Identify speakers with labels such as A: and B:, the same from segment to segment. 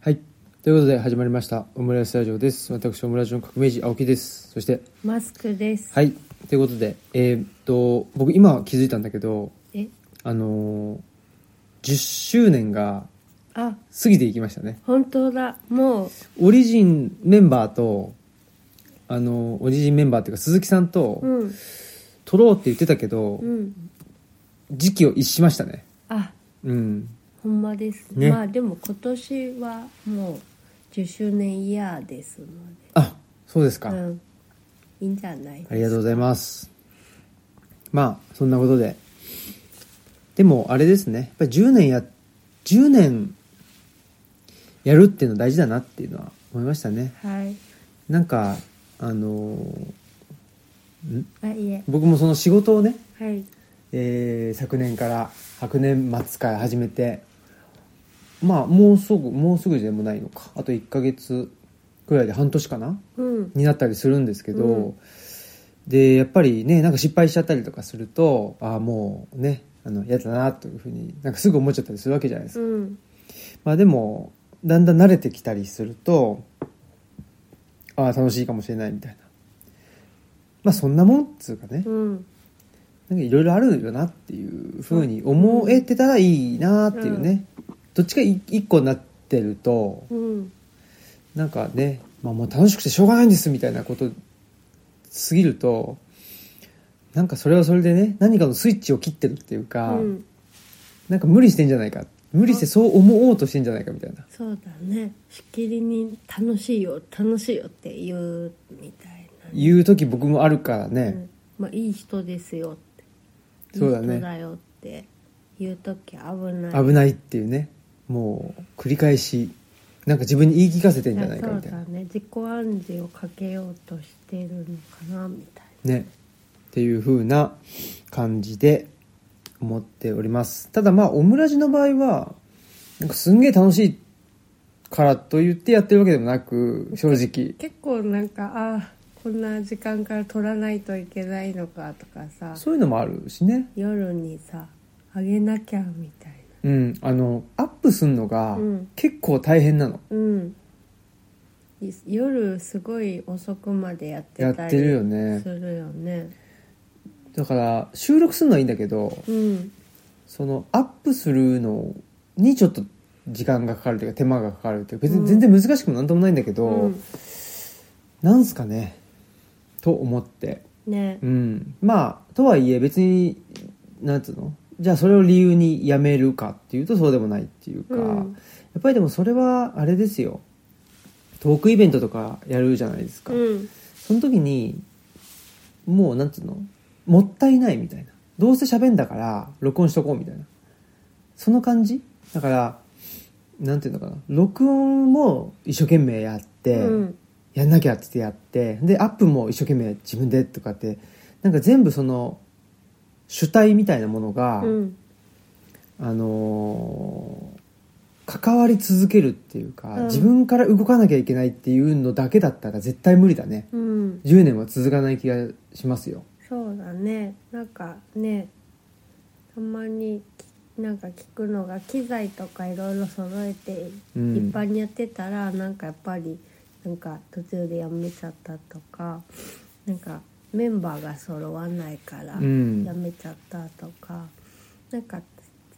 A: はい。ということで始まりました。オムライスラジオです。私、オムラジオの革命児、青木です。そして、
B: マスクです。
A: はい。ということで、えーっと、僕今気づいたんだけど、
B: え、
A: あのー10周年が
B: あ、
A: 過ぎていきましたね。
B: 本当だ。もう、
A: オリジンメンバーと、あのーオリジンメンバーっていうか鈴木さんと、
B: うん、
A: 撮ろうって言ってたけど、
B: うん。
A: 時期を一しましたね。
B: あ、
A: うん。
B: ほんまです。
A: ね
B: まあでも今年はもう10周年イヤーですの
A: あ、そうですか。
B: で、うん、いいんじゃない
A: ありがとうございます。まあ、そんなことで。でも、あれですね。やっぱり10年や、10年やるっていうの大事だなっていうのは思いましたね。
B: はい。
A: なんか、あのーん
B: あ、いえ。
A: 僕もその仕事をね、
B: はい。
A: えー昨年から、昨年末から始めて、まあ、もうすぐ、もうすぐでもないのか。あと1ヶ月くらいで半年かな
B: うん。
A: になったりするんですけど、
B: うん
A: でやっぱりねなんか失敗しちゃったりとかするとああもうねあの嫌だなというふうになんかすぐ思っちゃったりするわけじゃないです
B: う
A: か、
B: ん。
A: まあでもだんだん慣れてきたりするとああ楽しいかもしれないみたいなまあそんなもんっつうかね
B: うん。
A: なんかいろいろあるよなっていうふうに思えてたらいいなっていうね、どっちかい一個になってると
B: うん。
A: なんかね、まあ、もう楽しくてしょうがないんですみたいなことすぎるとなんかそれはそれでね何かのスイッチを切ってるっていう
B: う
A: か、
B: ん。
A: なんか無理してんじゃないか無理してそう思おうとしてんじゃないかみたいな
B: そうだね。しきりに楽しいよ、楽しいよって言うみたいな。
A: 言う時僕もあるからね、
B: うん。まあいい人ですよって。
A: そうだね
B: いい人だよって言うとき危ない。
A: 危ないっていうねもう繰り返しなんか自分に言い聞かせてんじゃないか
B: そう
A: みたい
B: だ
A: な
B: ね自己暗示をかけようとしてるのかなみたい
A: ねっていう風な感じで思っておりますただまあオムラジの場合はなんかすんげえ楽しいからと言ってやってるわけでもなく正直
B: な結構なんかああこんな時間から取らないといけないのかとかさ
A: そういうのもあるしね
B: 夜にさあげなきゃみたい
A: うんあのアップすんのが
B: うん
A: 結構大変なの、
B: なうんい夜すごい遅くまでやって
A: や
B: た
A: っ
B: り
A: てるよ
B: す
A: ね
B: るよね
A: だから収録するのはいいんだけど
B: うん
A: そのアップするのにちょっと時間がかかるというか手間がかかるというか別
B: う
A: に
B: ん
A: 全然難しくもなんともないんだけど、
B: うん
A: なんすかねと思って
B: ね
A: うん、まあとはいえ別になんつうのじゃあそれを理由にやめるかっていうとそうでもないっていうか、
B: うん
A: やっぱりでもそれはあれですよトークイベントとかやるじゃないですか、
B: うん
A: その時にもうなんつうのもったいないみたいなどうせ喋んだから録音しとこうみたいなその感じだからなんていうのかな録音も一生懸命やって、
B: うん
A: やんなきゃって言ってやってでアップも一生懸命自分でとかってなんか全部その主体みたいなものが、
B: うん
A: あのー関わり続けるっていうか、
B: うん
A: 自分から動かなきゃいけないっていうのだけだったら絶対無理だね
B: うん
A: 10年は続かない気がしますよ
B: そうだねなんかねたまにきなんか聞くのが機材とかいろいろ揃えてい
A: うん
B: 一般にやってたら、なんかやっぱりなんか途中でやめちゃったとかなんかメンバーが揃わないからや
A: うん
B: めちゃったとか、なんか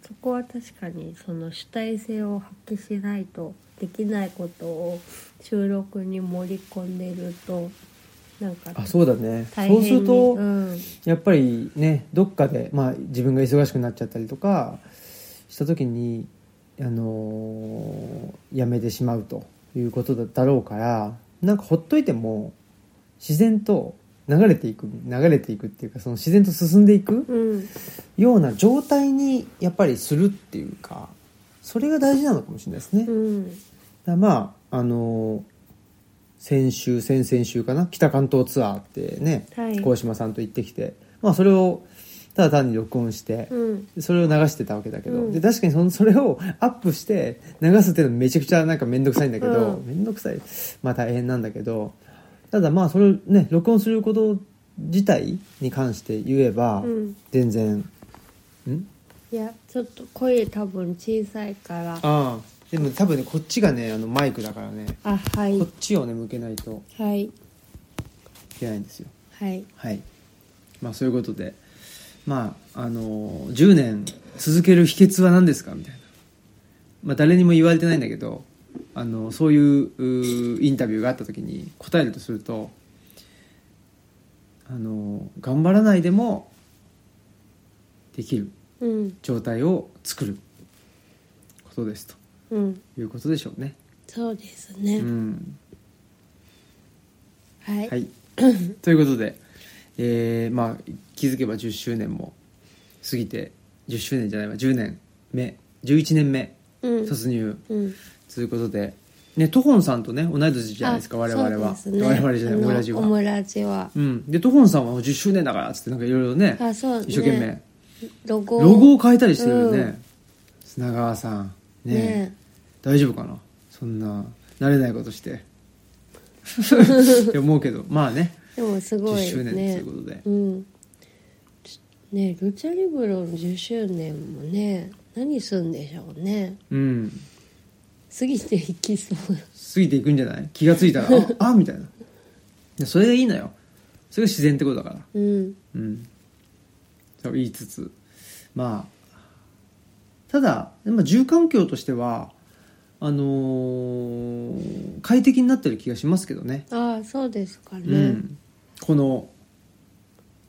B: そこは確かにその主体性を発揮しないとできないことを収録に盛り込んでるとなんか
A: あそうだねそ
B: 大変
A: う
B: に
A: すると、
B: うん
A: やっぱりねどっかで、まあ、自分が忙しくなっちゃったりとかした時に、あのーやめてしまうということだだろうからなんかほっといても自然と流れていく流れていくっていうかその自然と進んでいく
B: うん
A: ような状態にやっぱりするっていうかそれが大事なのかもしれないですね。だか
B: うん
A: らまああのー先週先々週かな北関東ツアーってね、
B: はい
A: 鴻島さんと行ってきて、まあ、それをただ単に録音して、
B: うん
A: それを流してたわけだけど、
B: うん
A: で確かにそのそれをアップして流すっていうのめちゃくちゃなんか面倒くさいんだけど、
B: うん
A: 面倒くさいまあ大変なんだけどただまあそれをね録音すること自体に関して言えば、
B: うん
A: 全然ん
B: いやちょっと声多分小さいから
A: ああでも多分ねこっちがねあのマイクだからね
B: あはい
A: こっちをね向けないと
B: はい
A: いけないんですよ
B: はい
A: はいまあそういうことでまああのー10年続ける秘訣は何ですかみたいな、まあ、誰にも言われてないんだけどあのそういううーインタビューがあった時に答えるとするとあのー頑張らないでもできる
B: うん
A: 状態を作ることですと
B: うん
A: いうことでしょうね。
B: そうですね、
A: うん
B: はい、
A: はい、 ということで、えーまあ、気づけば10周年も過ぎて10周年じゃないわ10年目11年目
B: うん
A: 突入
B: うん
A: ということで、ね、トホンさんとね同い年じゃないですか
B: あ
A: 我々は、
B: そうですね
A: 我々じゃない
B: あの
A: オムラジ
B: オ
A: は。
B: ムラジは
A: うん、でトホンさんは10周年だからっつってなんかいろいろね
B: あそうね
A: 一生懸命
B: ロゴ
A: ロゴを変えたりしてるよね、
B: うん
A: 砂川さんね
B: ね
A: 大丈夫かなそんな慣れないことして って思うけどまあね
B: でもすごい
A: 10周
B: ね
A: 年ということで、
B: うんちねルチャリブロの10周年もね何すんでしょうね
A: うん
B: 過ぎていきそう
A: 過ぎていくんじゃない気がつい たら「ああみたいなでそれがいいのよそれが自然ってことだから
B: うん
A: うんそう言いつつまあただでも住環境としてはあのー快適になってる気がしますけどね
B: ああそうですかね
A: う、んこの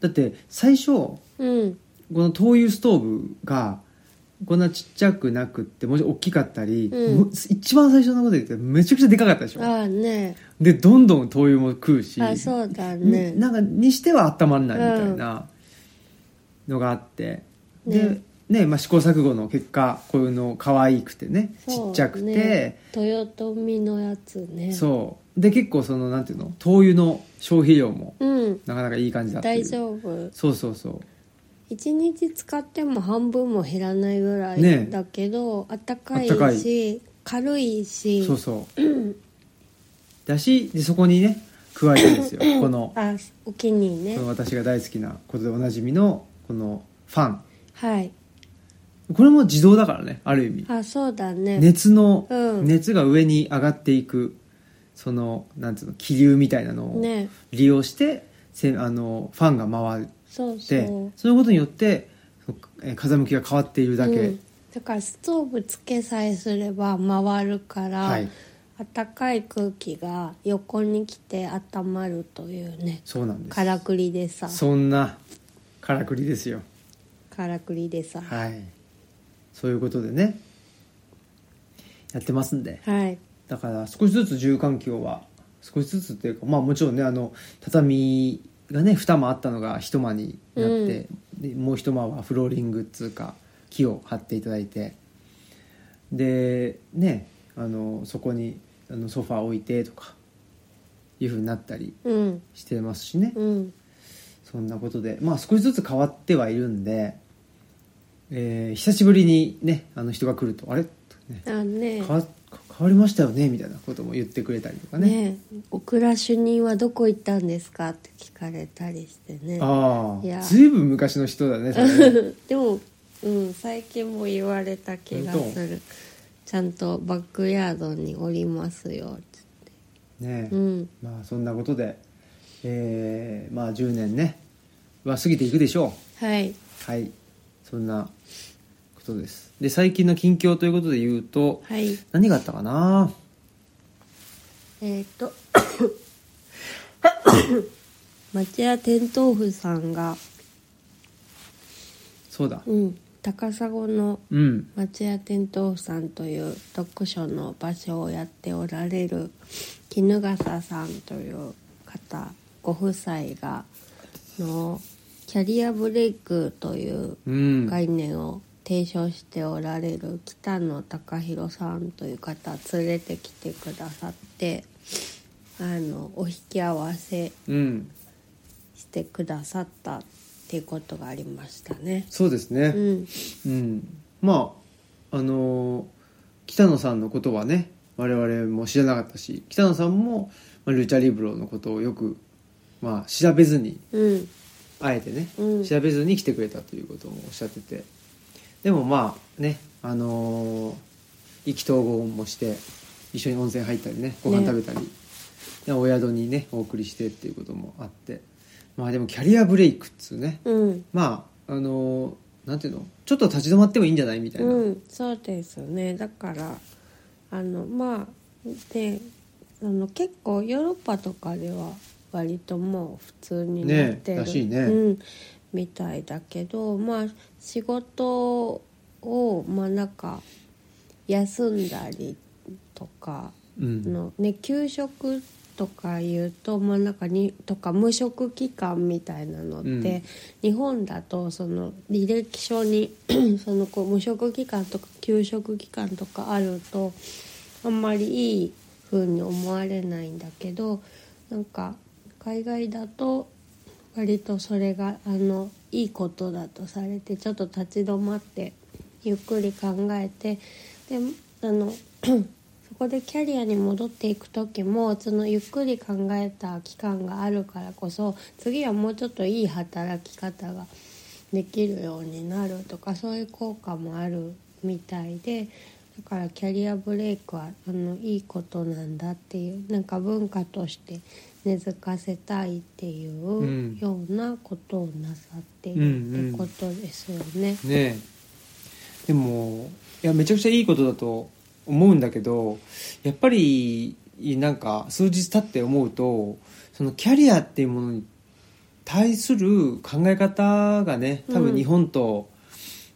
A: だって最初こ
B: うん
A: の灯油ストーブがこんなちっちゃくなくってもし大きかったり、
B: うん
A: もう一番最初のこと言ってめちゃくちゃでかかったでしょ
B: ああね
A: でどんどん灯油も食うし
B: あそうだね
A: になんかにしては温まらないみたいなのがあって、で
B: ね、
A: ねまあ、試行錯誤の結果こういうの可愛くてねち
B: そう
A: っちゃくて、
B: ね豊臣のやつね
A: そうで結構そのなんていうの灯油の消費量も
B: うん
A: なかなかいい感じだった
B: 大丈夫
A: そうそうそう
B: 一日使っても半分も減らないぐら
A: ね
B: いだけど、あったかい
A: あったか
B: し軽いし
A: そうそうだしでそこにね加えてです よこの
B: あお気にね
A: この私が大好きなことでおなじみのこのファン
B: はい
A: これも自動だからねある意味
B: あそうだね
A: 熱の、
B: うん
A: 熱が上に上がっていくそのなんつうの気流みたいなのを
B: ね
A: 利用して、せあのファンが回っ
B: そうそ
A: て
B: う
A: そういうことによってそのえー風向きが変わっているだけ、
B: うん、だからストーブつけさえすれば回るから、
A: はい
B: 暖かい空気が横に来て温まるというね
A: そうなんです
B: からくりでさ
A: そんなからくりですよ
B: からくりでさは
A: はいそういうことでねやってますんで
B: い、
A: だから少しずつ住環境は少しずつっていうかまあもちろんねあの畳がね2間あったのが1間になって、でもう1間はフローリングっつうか木を張っていただいてでねあのそこにあのソファー置いてとかいうふうになったり
B: うん
A: してますしね、
B: うん
A: そんなことでまあ少しずつ変わってはいるんで、えー久しぶりにねあの人が来ると「あれ?」とね
B: あね
A: 変わ変わりましたよねみたいなことも言ってくれたりとかね
B: ねお暮らし人はどこ行ったんですかって聞かれたりしてね
A: あ
B: いや
A: あずいぶん昔の人だねそれね
B: でも、うん、最近も言われた気が
A: 本
B: するちゃんとバックヤードにおりますよつって
A: ねえ
B: うん
A: まあそんなことでえーまあ10年ねは過ぎていくでしょ
B: はい、
A: うはいそんなことですで最近の近況ということで言うと、
B: はい、
A: 何があったかな
B: えっ、と 町屋天豆腐さんが、
A: そうだ
B: うん、高砂の
A: うん
B: 町屋天豆腐さんという読書の場所をやっておられる衣笠さんという方ご夫妻がのキャリアブレイクという
A: うん
B: 概念を提唱しておられる北野隆弘さんという方連れてきてくださってあのお引き合わせ
A: うん
B: してくださったっていうことがありましたね。
A: そうです
B: う
A: ね
B: ん、
A: うん、まああのー北野さんのことはね我々も知らなかったし北野さんも、まあ、ルチャリブロのことをよく、まあ、調べずに
B: うん、
A: あえてね、
B: うん
A: 調べずに来てくれたということもおっしゃっててでもまあねあのー意気投合もして一緒に温泉入ったりねご飯食べたり、でお宿にねお送りしてっていうこともあってまあでもキャリアブレイクっつうね
B: うん
A: まああのなんていうのちょっと立ち止まってもいいんじゃないみたいな、
B: うん、そうですよねだからあのまあであの結構ヨーロッパとかでは割ともう普通になってる、
A: ねらしいね
B: うん、みたいだけどまあ仕事をまあなんか休んだりとか
A: うん
B: の、ね、休職とかいうと真ん中にとか無職期間みたいなのって、
A: うん
B: 日本だとその履歴書に そのこう無職期間とか休職期間とかあるとあんまりいい風に思われないんだけどなんか海外だと割とそれがあのいいことだとされてちょっと立ち止まってゆっくり考えてであの そこでキャリアに戻っていく時もそのゆっくり考えた期間があるからこそ次はもうちょっといい働き方ができるようになるとかそういう効果もあるみたいでだからキャリアブレイクはあのいいことなんだっていうなんか文化として根付かせたいってい
A: うん
B: うようなことをなさってい
A: うんうん
B: るってことですよね。
A: ねえでもいやめちゃくちゃいいことだと思うんだけどやっぱりなんか数日経って思うとそのキャリアっていうものに対する考え方がね多
B: う
A: 分
B: ん
A: 日本と、うん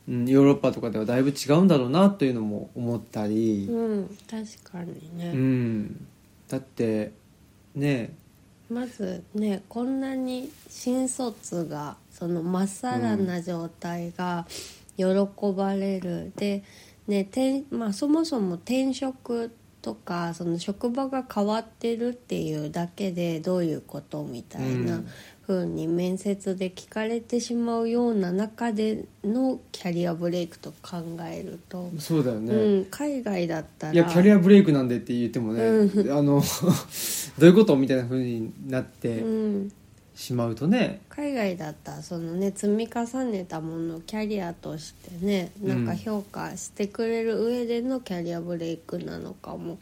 A: ヨーロッパとかではだいぶ違うんだろうなというのも思ったり、
B: うん、確かにね、
A: うんだってね
B: まずねこんなに新卒がそのまっさらな状態が喜ばれる、で、ね転まあ、そもそも転職とかその職場が変わってるっていうだけでどういうことみたいな。
A: うん
B: 風に面接で聞かれてしまうような中でのキャリアブレイクと考えると、
A: そうだよね、
B: うん、海外だったら
A: いやキャリアブレイクなんでって言ってもね、
B: う
A: あの どういうことみたいな風になって、
B: うん、
A: しまうとね
B: 海外だったらそのね積み重ねたものをキャリアとしてねなん
A: う
B: か
A: ん
B: 評価してくれる上でのキャリアブレイクなのかも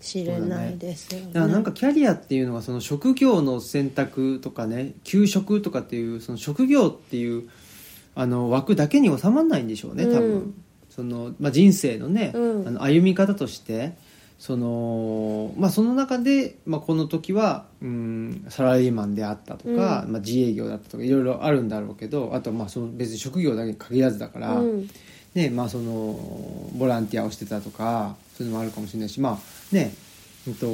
B: しれないですよね。
A: だからなんかキャリアっていうのはその職業の選択とかね休職とかっていうその職業っていうあの枠だけに収まらないんでしょうね多分、
B: うん
A: そのまあ、人生のね、
B: うん
A: あの歩み方としてその,、まあ、その中で、まあ、この時はうんサラリーマンであったとか、
B: うん
A: まあ、自営業だったとかいろいろあるんだろうけどあとまあその別に職業だけに限らずだから。
B: うん
A: ねまあ、そのボランティアをしてたとかそういうのもあるかもしれないしまあね、えっと、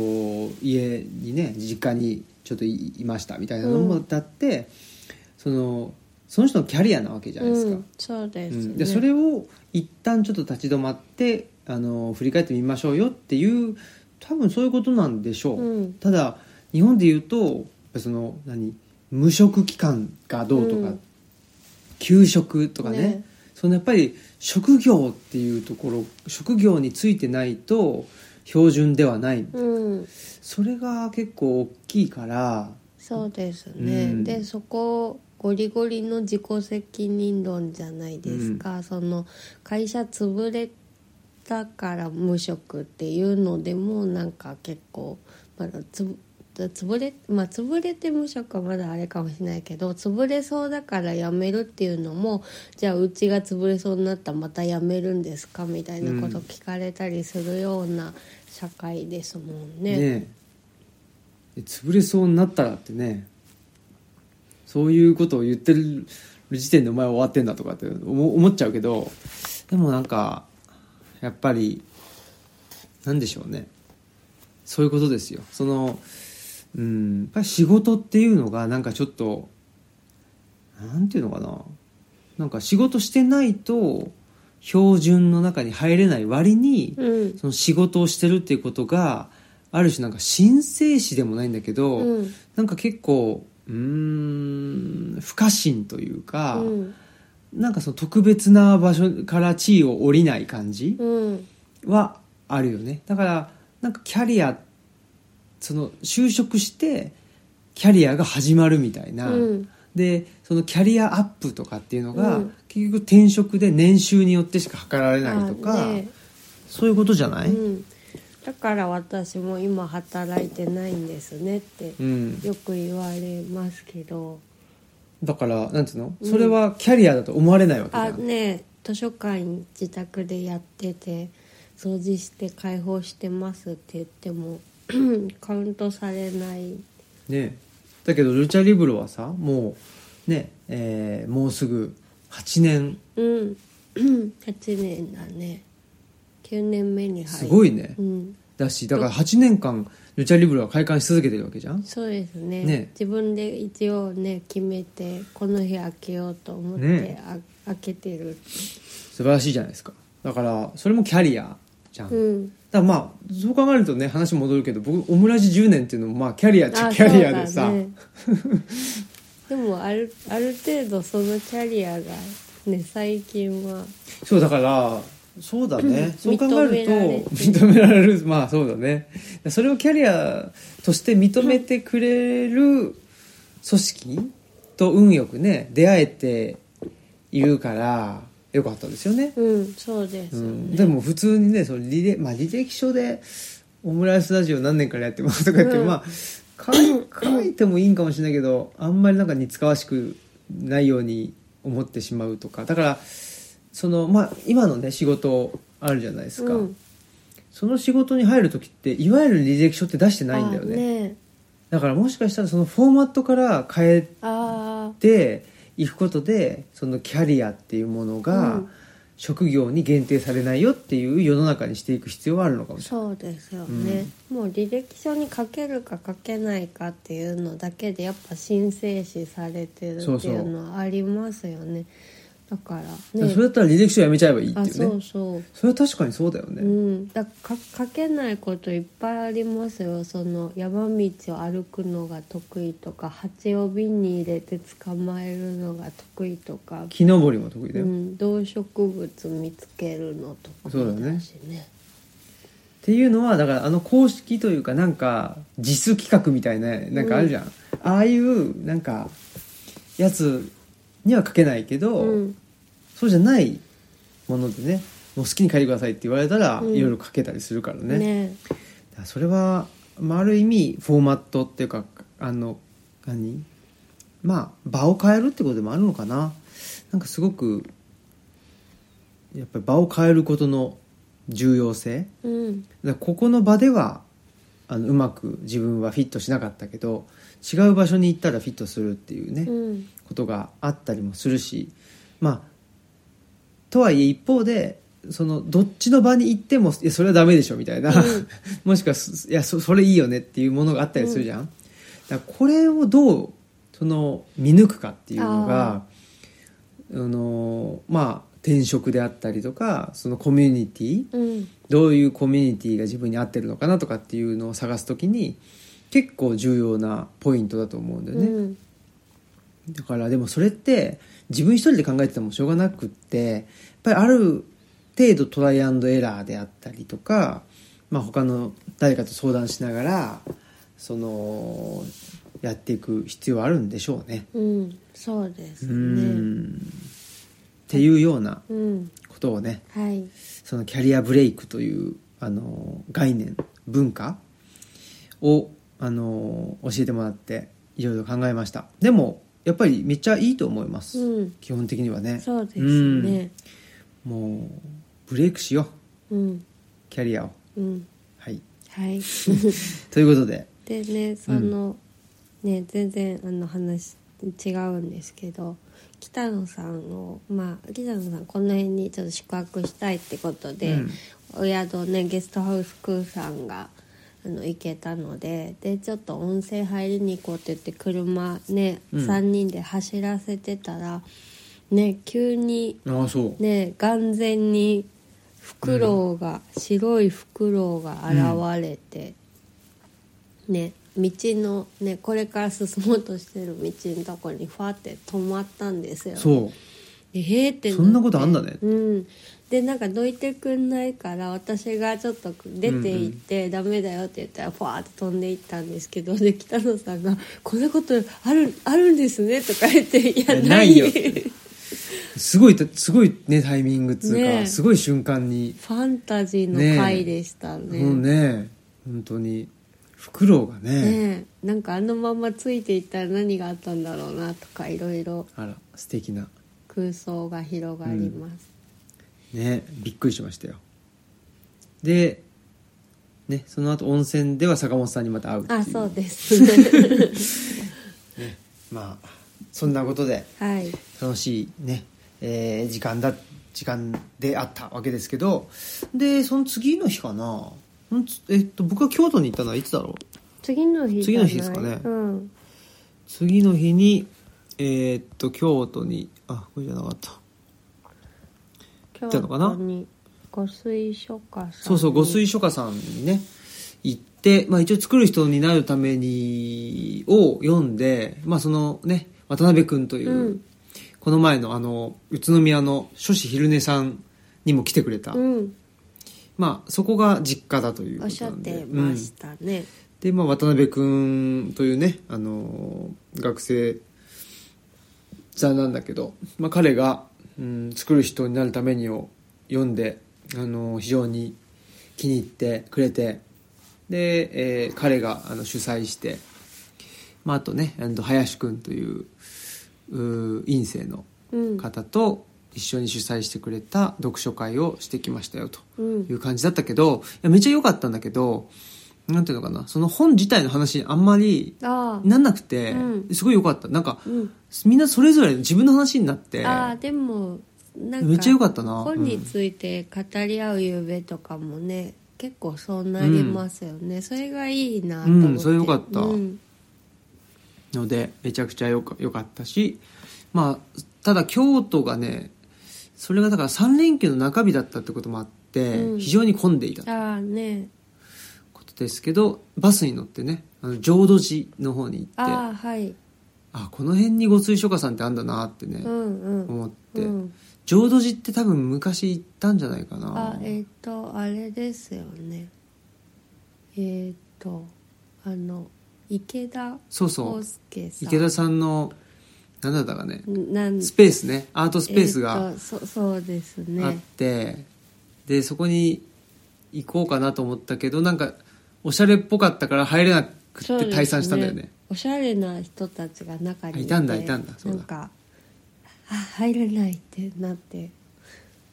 A: 家にね実家にちょっといいましたみたいなの
B: う
A: も
B: ん
A: だって、そのその人のキャリアなわけじゃないですか。
B: うんそうで
A: う
B: すね、
A: んでそれを一旦ちょっと立ち止まってあの振り返ってみましょうよっていう多分そういうことなんでしょう、
B: うん
A: ただ日本で言うとその何無職期間がどうとか、
B: うん
A: 休職とかね
B: ね
A: そのやっぱり職業っていうところ職業についてないと標準ではない
B: うん
A: それが結構大きいから
B: そうですね、
A: うん
B: でそこをゴリゴリの自己責任論じゃないですか、その会社潰れたから無職っていうのでもなんか結構まだつ潰れまあ潰れて無職はまだあれかもしれないけど潰れそうだから辞めるっていうのもじゃあうちが潰れそうになったらまた辞めるんですかみたいなこと聞かれたりするような社会ですもん
A: ねえで潰れそうになったらってねそういうことを言ってる時点でお前は終わってんだとかって思思っちゃうけどでもなんかやっぱりなんでしょうねそういうことですよそのうんやっぱり仕事っていうのがなんかちょっとなんていうのかななんか仕事してないと標準の中に入れない割に、
B: うん
A: その仕事をしてるっていうことがある種なんか神聖視でもないんだけど、
B: うん
A: なんか結構うーん不可侵というか、
B: うん
A: なんかその特別な場所から地位を降りない感じ
B: うん
A: はあるよねだからなんかキャリアその就職してキャリアが始まるみたいな、
B: うん
A: でそのキャリアアップとかっていうのが、
B: うん
A: 結局転職で年収によってしか測られないとか、
B: あね
A: そういうことじゃない、
B: うん、だから私も今働いてないんですねって
A: うん
B: よく言われますけど、
A: だからなんつうのそれはキャリアだと思われないわけじゃ
B: あ
A: ん、
B: ねえ図書館自宅でやってて掃除して開放してますって言っても カウントされない
A: ねだけどルチャリブロはさもうねえーもうすぐ8年
B: うん8 年だね9年目に入る
A: すごいね、
B: うん、
A: だしだから8年間ルチャリブロは開館し続けてるわけじゃん
B: そうですね
A: ね
B: 自分で一応ね決めてこの日開けようと思って、
A: ね
B: あ開けてる
A: 素晴らしいじゃないですかだからそれもキャリアじゃん、だか
B: うん
A: らまあそう考えるとね話戻るけど僕オムラジ10年っていうのもまあキャリアっちゃ
B: あ
A: キャリアでさ、
B: そうだねでもあるある程度そのキャリアがね最近は
A: そうだからそうだね、そう考えると 認
B: 認
A: められるまあそうだねそれをキャリアとして認めてくれる組織と運よくね出会えているからよかったですよね、
B: うんそうです
A: う
B: よね、
A: ん、でも普通にねその履歴,、まあ、履歴書で「オムライスラジオ何年からやってます」とか言って、
B: うん
A: まあか書いてもいいんかもしれないけどあんまりなんか似つかわしくないように思ってしまうとかだからその、まあ、今のね仕事あるじゃないですか、
B: うん
A: その仕事に入る時っていわゆる履歴書って出してないんだよ
B: あ
A: ね
B: ね
A: だからもしかしたらそのフォーマットから変え
B: あー
A: ていくことでそのキャリアっていうものが、
B: うん
A: 職業に限定されないよっていう世の中にしていく必要はあるのかもしれ
B: そうですよね、もう履歴書に書けるか書けないかっていうのだけでやっぱ神聖視されてる
A: そう
B: って
A: そう
B: いうのはありますよねだから
A: ない、
B: ね
A: それだったら履歴書やめちゃえばいいって
B: あ
A: いうね
B: そう
A: そ
B: そう
A: れは確かにそうだよね、
B: うん、だか書けないこといっぱいありますよその山道を歩くのが得意とか蜂を瓶に入れて捕まえるのが得意とか、
A: 木登りも得意だよ、
B: う
A: っ
B: ん、動植物見つけるのとか
A: そうだね
B: しね
A: ていうのはだからあの公式というかなんか実企画みたいななんかあるじゃん、ああいうなんかやつには書けないけど、
B: うん
A: そうじゃないものでねもう好きに書いてくださいって言われたら、
B: うん
A: いろいろ書けたりするから
B: ね
A: だからそれは、まあ、ある意味フォーマットっていうかあの何まあ場を変えるってことでもあるのかななんかすごくやっぱり場を変えることの重要性
B: うん
A: だからここの場ではあのうまく自分はフィットしなかったけど違う場所に行ったらフィットするっていうね、
B: うん
A: ことがあったりもするしまあとはいえ一方でそのどっちの場に行ってもいやそれはダメでしょみたいな、 もしくはすいやそそれいいよねっていうものがあったりするじゃん、だからこれをどうその見抜くかっていうのがあのまあ転職であったりとかそのコミュニティ
B: うん
A: どういうコミュニティが自分に合ってるのかなとかっていうのを探すときに結構重要なポイントだと思うんだよね。
B: うん
A: だからでもそれって自分一人で考えててもしょうがなくってやっぱりある程度トライアンドエラーであったりとか、まあ、他の誰かと相談しながらそのやっていく必要はあるんでしょうね。
B: うんそうです
A: う
B: ね
A: んっていうような
B: うん
A: ことをね
B: はい
A: そのキャリアブレイクというあの概念文化をあの教えてもらっていろいろ考えましたでもやっぱりめっちゃいいと思います、
B: うん
A: 基本的にはね
B: そうですね
A: うんもうブレイクしよう
B: うん
A: キャリアを
B: うん
A: はい
B: はい
A: ということで
B: でねその、ね全然あの話違うんですけど北野さんをまあ北野さんこの辺にちょっと宿泊したいってことで、
A: うん
B: お宿をねゲストハウスクーさんが。あの行けたのででちょっと温泉入りに行こうって言って車ね、
A: うん
B: 3人で走らせてたらね急に
A: ああそう、
B: ね眼前にフクロウが、白いフクロウが現れて、ね道のねこれから進もうとしてる道のとこにファって止まったんですよ。
A: そう
B: でへーってって
A: そんなことあんだね
B: うん、でなんかどいてくんないから私がちょっと出て行って「ダメだよ」って言ったらファーって飛んでいったんですけどで北野さんが「こんなことあるあるんですね」とか言って「いや
A: いや
B: ない
A: ないよ
B: よ
A: って」すごいたすごいねタイミングっつうか、
B: ねえ
A: すごい瞬間に
B: ファンタジーの回でしたね
A: もうね本当にフクロウがね
B: ねえなんかあのままついていったら何があったんだろうなとかいろいろ
A: あら素敵な
B: 空想が広がります、
A: ねびっくりしましたよでねその後温泉では坂本さんにまた会うっていう
B: あそうです
A: まあそんなことで
B: はい
A: 楽しいね、えー時間だ時間であったわけですけどでその次の日かなほんつえっと僕が京都に行ったのはいつだろう
B: 次の日
A: 次の日ですかね
B: うん、
A: 次の日にえーっと京都にあこれじゃなかった
B: 京
A: たのかな
B: 都に御水書家さんに
A: そうそう御水書家さんにね行って、まあ、一応作る人になるためにを読んで、まあ、そのね渡辺君という、
B: うん
A: この前のあの宇都宮の書士昼寝さんにも来てくれた、
B: うん
A: まあ、そこが実家だというこ
B: おっ
A: と
B: しゃ
A: な
B: っ
A: んで
B: てましたね、
A: うんで、まあ、渡辺君というね、あのー学生さんなんだけど、まあ、彼が、うん、作る人になるためにを読んで、あのー非常に気に入ってくれてで、えー彼があの主催して、まあ、あとねあの林君といううー院生の
B: うん
A: 方と一緒に主催してくれた読書会をしてきましたよと。
B: うん
A: いう感じだったけど、いやめっちゃ良かったんだけど、なんていうのかな、その本自体の話にあんまり
B: ああ
A: なんなくて、
B: うん
A: すごい良かった。なんか、
B: うん
A: みんなそれぞれ自分の話になって、
B: ああでもなんか
A: めっちゃ良かったな。
B: 本について語り合う夢とかもね、結構そうなりますよね、それがいいなと思って、
A: うんそれよかった
B: うん
A: うんので、めちゃくちゃ良か良かったし、まあ、ただ京都がね、それがだから3連休の中日だったってこともあって、
B: うん
A: 非常に混んでいた
B: ああね
A: ことですけど、バスに乗ってね、あの浄土寺の方に行って、
B: あ
A: あ
B: あはい
A: この辺にご水書家さんってあんだなってね、
B: うんうん
A: 思って、
B: うん、
A: 浄土寺って多分昔行ったんじゃないか
B: あ
A: な
B: えっ、とあれですよねえっ、とあの池田
A: そうそ
B: 康
A: う
B: 介さん
A: 池田さんの何だったかね
B: なん
A: スペースねアートスペースが
B: えーとそそうです
A: あっ
B: ね
A: て、でそこに行こうかなと思ったけどなんかおしゃれっぽかったから入れなくて
B: そうですね
A: 退散したんだよね
B: おしゃれな人たちが中に
A: あいたんだいたんだそうだ
B: なんかあ入れないってなって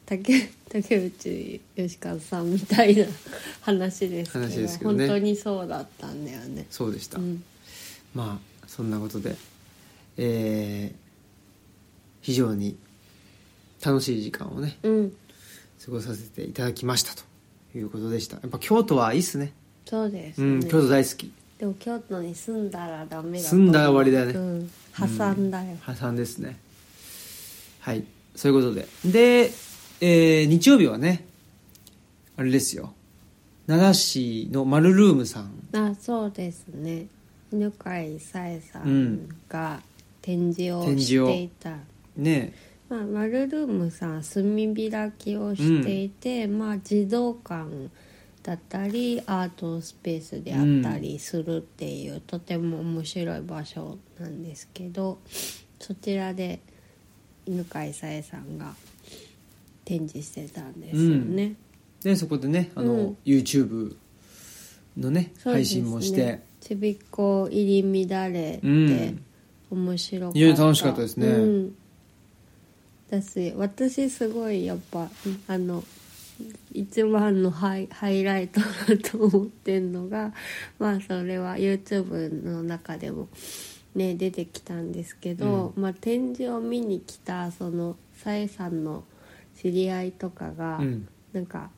B: 竹竹内義和さんみたいな話ですけど
A: 話ですけどね
B: 本当にそうだったんだよね
A: そうでした、
B: うん
A: まあそんなことでえー非常に楽しい時間をね
B: うん
A: 過ごさせていただきましたということでしたやっぱ京都はいいっすね
B: そうです
A: う
B: ね、
A: ん京都大好き
B: でも京都に住んだらダメだ
A: 住んだら終わりだよね
B: うん、挟んだよ、
A: 破産ですねはいそういうことでで、えー日曜日はねあれですよ奈良市のマルルームさん
B: あそうですね犬飼さえさんが展示を
A: 展示
B: し
A: を
B: ていた、
A: ね
B: まあ、マルルームさん炭開きをしていて、まあ、児童館だったりアートスペースであったりするっていう、とても面白い場所なんですけどそちらで犬飼さえさんが展示してたんですよね。
A: でそこでねあの、
B: うん
A: YouTube のね
B: そうで
A: 配
B: すね
A: 信もして
B: ちびっこ入り乱れ
A: う
B: て
A: ん
B: 面白かった、
A: いや楽しかったですね
B: うん、だし私すごいやっぱあの一番のハイハイライトだと思ってんのがまあそれは YouTube の中でもね出てきたんですけど、まあ、展示を見に来たそのさえさんの知り合いとかが、
A: うん
B: なんか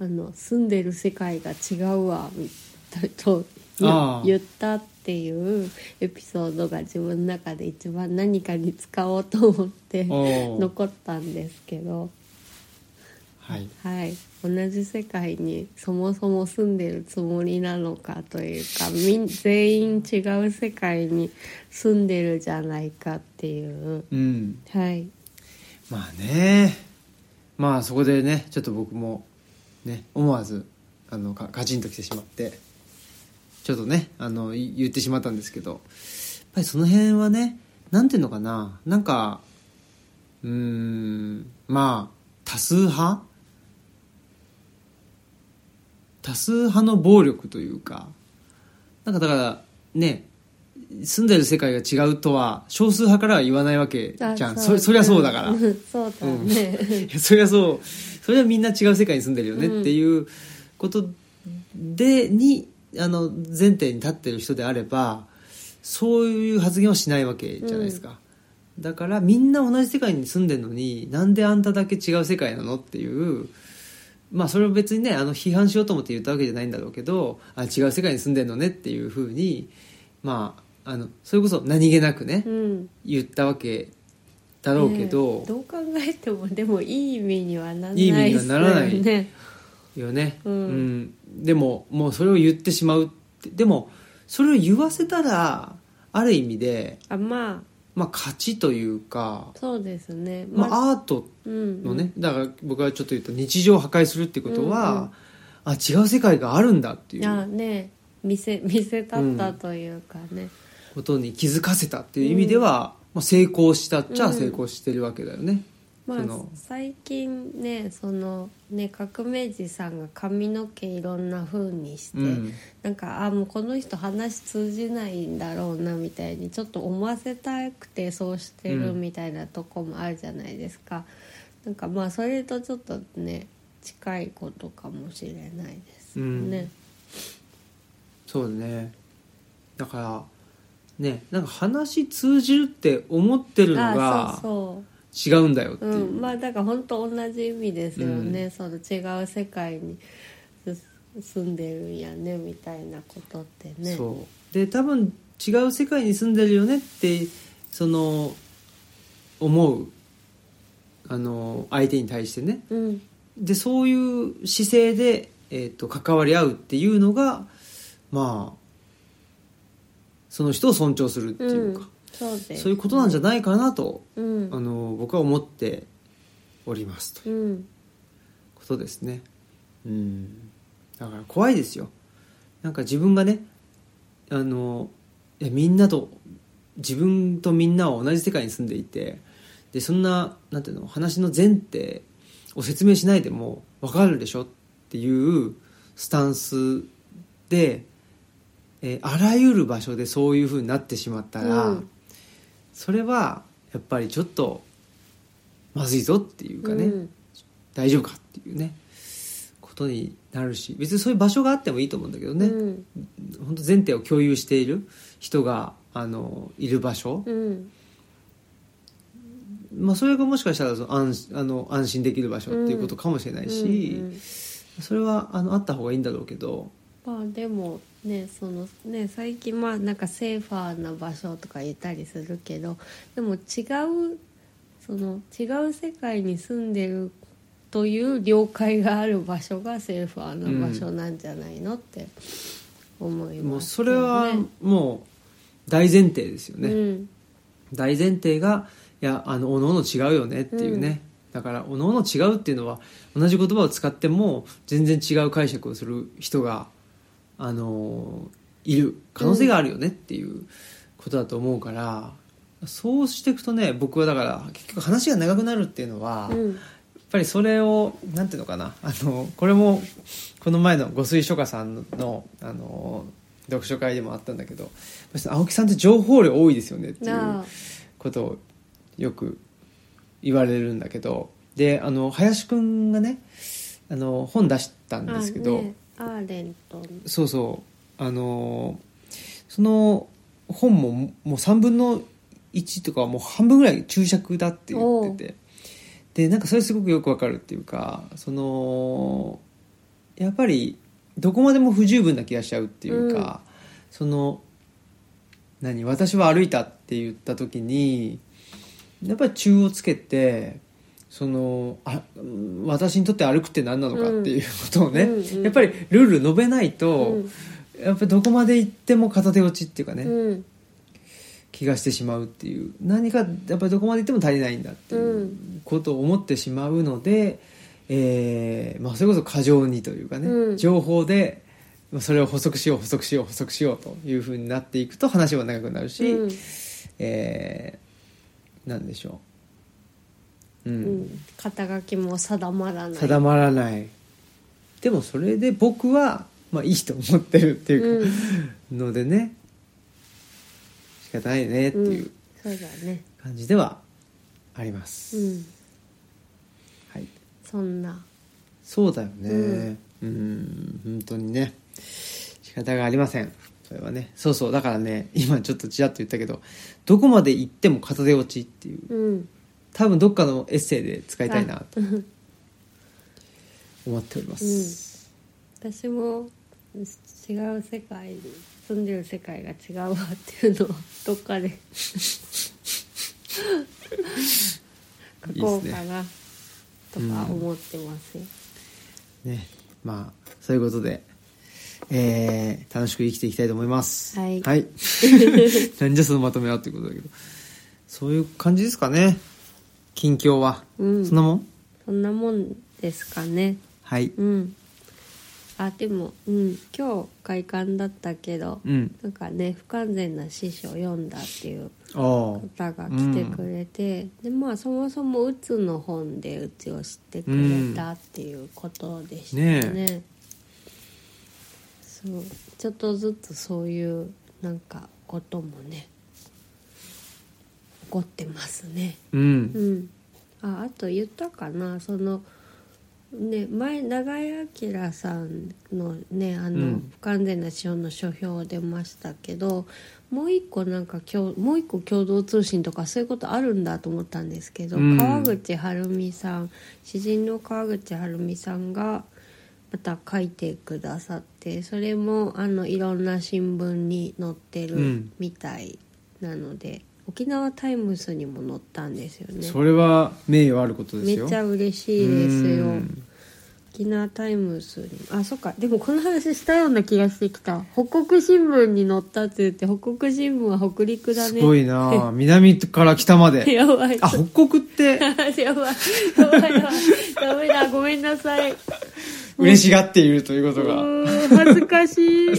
B: あの住んでる世界が違うわみたいと
A: ああ
B: 言ったっていうエピソードが自分の中で一番何かに使おうと思って
A: おー
B: 残ったんですけど、
A: はい
B: はい、同じ世界にそもそも住んでるつもりなのかというかみん全員違う世界に住んでるじゃないかっていう。
A: うん
B: はい、
A: まあねまあそこでねちょっと僕もね思わずあのかカチンときてしまってちょっとねあのい言ってしまったんですけどやっぱりその辺はねなんていうのかななんかううーんまあ多数派多数派の暴力というかなんかだからね住んでる世界が違うとは少数派からは言わないわけじゃんそそりゃそうだから
B: ん そうだね、
A: いや そりゃそうそれはみんな違う世界に住んでるよね
B: うん
A: っていうことで、にあの前提に立ってる人であればそういう発言をしないわけじゃないですか、だからみんな同じ世界に住んでるのになんであんただけ違う世界なのっていうまあそれを別にねあの批判しようと思って言ったわけじゃないんだろうけどあ違う世界に住んでるのねっていうふうにまああのそれこそ何気なくね、
B: うん
A: 言ったわけだろうけど、
B: ねどう考えてもでもいい意味にはならない
A: いい意味にはならない
B: ですよ
A: よ
B: ね
A: ね、
B: うん
A: でももうそれを言ってしまうってでもそれを言わせたらある意味で、
B: あま
A: まあ、勝ちというか
B: あ、そうですね
A: ま
B: あ
A: あ、アート
B: うん
A: のね、だから僕がちょっと言った日常を破壊するってことは、あ違う世界があるんだって
B: い
A: い
B: や
A: う
B: ね見せ 見せたったというかね、
A: ことに気づかせたっていう意味では、まあ、成功したっちゃ成功してるわけだよね。
B: ま
A: そ
B: あ
A: の
B: 最近ねそのね革命児さんが髪の毛いろんな風にして、
A: うん
B: なんかあもうこの人話通じないんだろうなみたいにちょっと思わせたくてそうして
A: う
B: る
A: ん
B: みたいなとこもあるじゃないですか、なんかまあそれとちょっとね近いことかもしれないですよね。
A: そうだねだからねなんか話通じるって思ってるの
B: あ
A: が
B: そうそう
A: 違うんだよっていうう、
B: ん、まあだから本当同じ意味ですよね、その違う世界にす住んでるんやねみたいなことってね
A: そうで多分違う世界に住んでるよねってその思うあの相手に対してね
B: う、ん、
A: でそういう姿勢で、えー、と関わり合うっていうのがまあその人を尊重するって
B: う
A: いうんか、、
B: そうです
A: そういうことなんじゃないかなと、
B: うん
A: あの僕は思っておりますという
B: うん
A: ことですねうんだから怖いですよなんか自分がねあのいやみんなと自分とみんなは同じ世界に住んでいてでそんななんていうの話の前提を説明しないでも分かるでしょっていうスタンスで、えーあらゆる場所でそういうふうになってしまったら、
B: うん
A: それはやっぱりちょっとまずいぞっていうかね、
B: うん
A: 大丈夫かっていうねことになるし別にそういう場所があってもいいと思うんだけどね、
B: うん
A: 本当前提を共有している人があのいる場所、
B: うん
A: まあ、それがもしかしたらその安あの安心できる場所っていうことかもしれないし、
B: うんうん
A: それはあのあった方がいいんだろうけど
B: まあでもねそのね最近まあなんかセーファーな場所とか言ったりするけどでも違うその違う世界に住んでるという了解がある場所がセーファーな場所なんじゃないの、って思います、ね、
A: もうそれはもう大前提ですよ
B: う
A: ね、
B: ん
A: 大前提がいやあのおのおの違うよねっていうね、だからおのおの違うっていうのは同じ言葉を使っても全然違う解釈をする人があのいる可能性があるよねっていうことだと思うから、そうしていくとね僕はだから結局話が長くなるっていうのは、
B: う
A: やっぱ
B: ん
A: りそれをなんていうのかなあのこれもこの前のご水書家さんのあの読書会でもあったんだけど青木さんって情報量多いですよねっていう
B: なあ
A: ことをよく言われるんだけどであの林くんがねあの本出したんですけど、
B: あねアーレントン
A: そうそうあのその本ももう3分の1とかもう半分ぐらい注釈だって言っててでなんかそれすごくよくわかるっていうかそのやっぱりどこまでも不十分な気がしちゃうっていうか、その何私は歩いたって言った時にやっぱり中をつけてそのあうん私にとって歩くって何なのかっていうことをね、
B: うんうん
A: やっぱりルール述べないと、
B: う
A: やっぱりどこまで行っても片手落ちっていうかね、
B: うん
A: 気がしてしまうっていう何かやっぱりどこまで行っても足りないんだっていうことを思ってしまうので、えーまあ、それこそ過剰にというかね、
B: うん
A: 情報でまあそれを補足しよう補足しよう補足しようというふうになっていくと話は長くなるし、
B: うん
A: えーなんでしょう
B: うんん、肩書きも定まらない
A: 定まらないでもそれで僕は、まあ、いいと思ってるっていううんか、のでね仕方ないねって
B: う、
A: いうん
B: そうだね
A: 感じではあります、
B: うん
A: はい、
B: そんな
A: そうだよね
B: う
A: う
B: ん
A: ん本当にね仕方がありませんそれはねそうそうだからね今ちょっとちらっと言ったけどどこまで行っても片手落ちっていう
B: うん
A: 多分どっかのエッセイで使いたいなと思っております、
B: 私も違う世界に住んでる世界が違うわっていうのはどっかで書こうかなとか思ってますよ。
A: ねまあそういうことでえー楽しく生きていきたいと思います
B: はい
A: なんじゃそのまとめはっていうことだけどそういう感じですかね近況は、
B: うん
A: そんなもん
B: そんなもんですかね。
A: はい
B: うん。あでも、うん、今日快感だったけど、
A: うん
B: なんかね不完全な師匠を読んだっていう
A: ああ
B: 方が来てくれて、でまあそもそもうつの本でうつを知ってくれたっていうことでしたね,、
A: うんね
B: そうちょっとずつそういうなんかこともね起こってますね
A: う
B: うんんああと言ったかなそのね前永井明さんのねあの、
A: うん
B: 不完全な資本の書評出ましたけどもう一個なんかきょうもう一個共同通信とかそういうことあるんだと思ったんですけど、
A: うん
B: 川口春美さん詩人の川口春美さんがまた書いてくださってそれもあのいろんな新聞に載って
A: う
B: る
A: ん
B: みたいなので、沖縄タイムスにも載ったんですよね。
A: それは名誉あることです
B: め
A: よ
B: っちゃ嬉しいです
A: う
B: よ
A: ん
B: 沖縄タイムスにあそっかでもこの話したような気がしてきた北国新聞に載ったって言って北国新聞は北陸だ
A: す
B: ね
A: ごい なあ南から北まで
B: やばい
A: あ北国って
B: やばいやばいやばいダメだごめんなさいう
A: 嬉しがっているということが
B: ーん恥ずかしい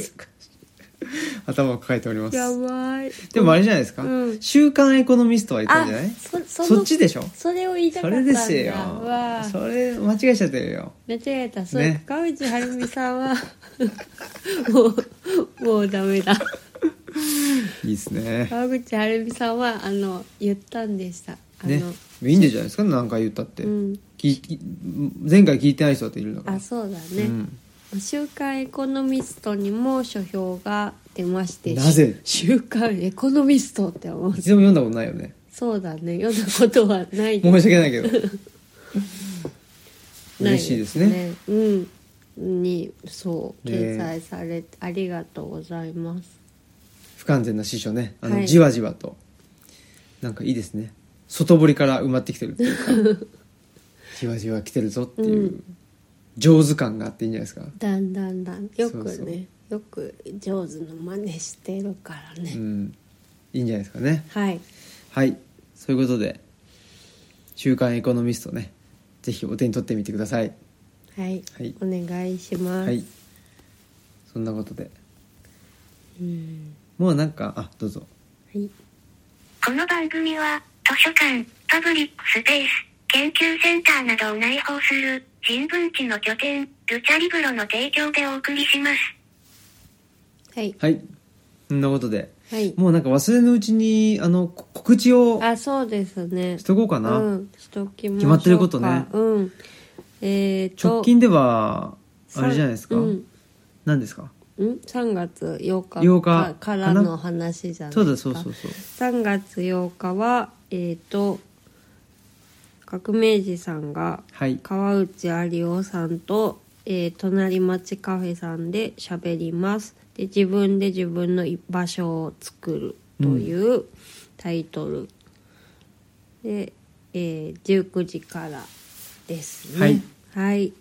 A: 頭を抱えております
B: やばい
A: でもあれじゃないですか、
B: うん
A: 週刊エコノミストは言った
B: あ
A: んじゃない
B: そその
A: そっちでしょ
B: それを言いた
A: そ
B: かった
A: れ
B: ん
A: で
B: だ
A: すよ
B: わあ
A: それ間違えちゃってるよ
B: 間違えたそう、
A: ね
B: 川内はるみさんは もうもうダメだ
A: いいですね
B: 川口はるみさんはあの言ったんでしたあの、
A: ねいいんじゃないですか何回言ったって、
B: うん
A: 聞い聞い前回聞いてない人だっているんだから
B: あそうだ
A: う
B: ね、
A: ん
B: 週刊エコノミストにも書評が出まして
A: なぜ
B: し週刊エコノミストって思う
A: 一度も読んだことないよね
B: そうだね読んだことは な
A: 申
B: い
A: し訳ないけど
B: ない
A: 嬉しいですね
B: うんにそう
A: ね
B: 掲載されてありがとうございます
A: 不完全な師匠ねあの、
B: はい
A: じわじわとなんかいいですね外堀から埋まってきてるっていう かじわじわ来てるぞっていう、上手感があっていいんじゃないですか
B: だんだんだんよ
A: そ
B: くね
A: うそう
B: よく上手の真似してるからね、
A: うんいいんじゃないですかね
B: はい
A: はいそういうことで「週刊エコノミストね」ぜひお手に取ってみてください
B: はい、
A: はい
B: お願いします、
A: はいそんなことで
B: うん
A: もうなんかあどうぞ
B: はい
C: この番組は、図書館、パブリックスペース、研究センターなどを内包する、人文地の拠点、ルチャリブロの提供でお送りします。
B: はい
A: はいそんなことで
B: はい
A: もうなんか忘れぬうちにあのこ告知を
B: あそうですね
A: しとこうかな、
B: うん、しときましょう
A: 決ま
B: か
A: ってることね
B: うんえー、と
A: 直近では
B: さん
A: あれじゃないですか、
B: うん
A: 何ですか
B: ん3月8日
A: 8日
B: か
A: か
B: か
A: な
B: らの話じゃないです
A: そ
B: か
A: うだそうそうそう
B: 3月8日はえっ、と革命児さんが
A: はい
B: 川内有夫さんと、えー隣町カフェさんで喋りますで自分で自分の居場所を作るというタイトル、で、えー19時からですね
A: はい、
B: はい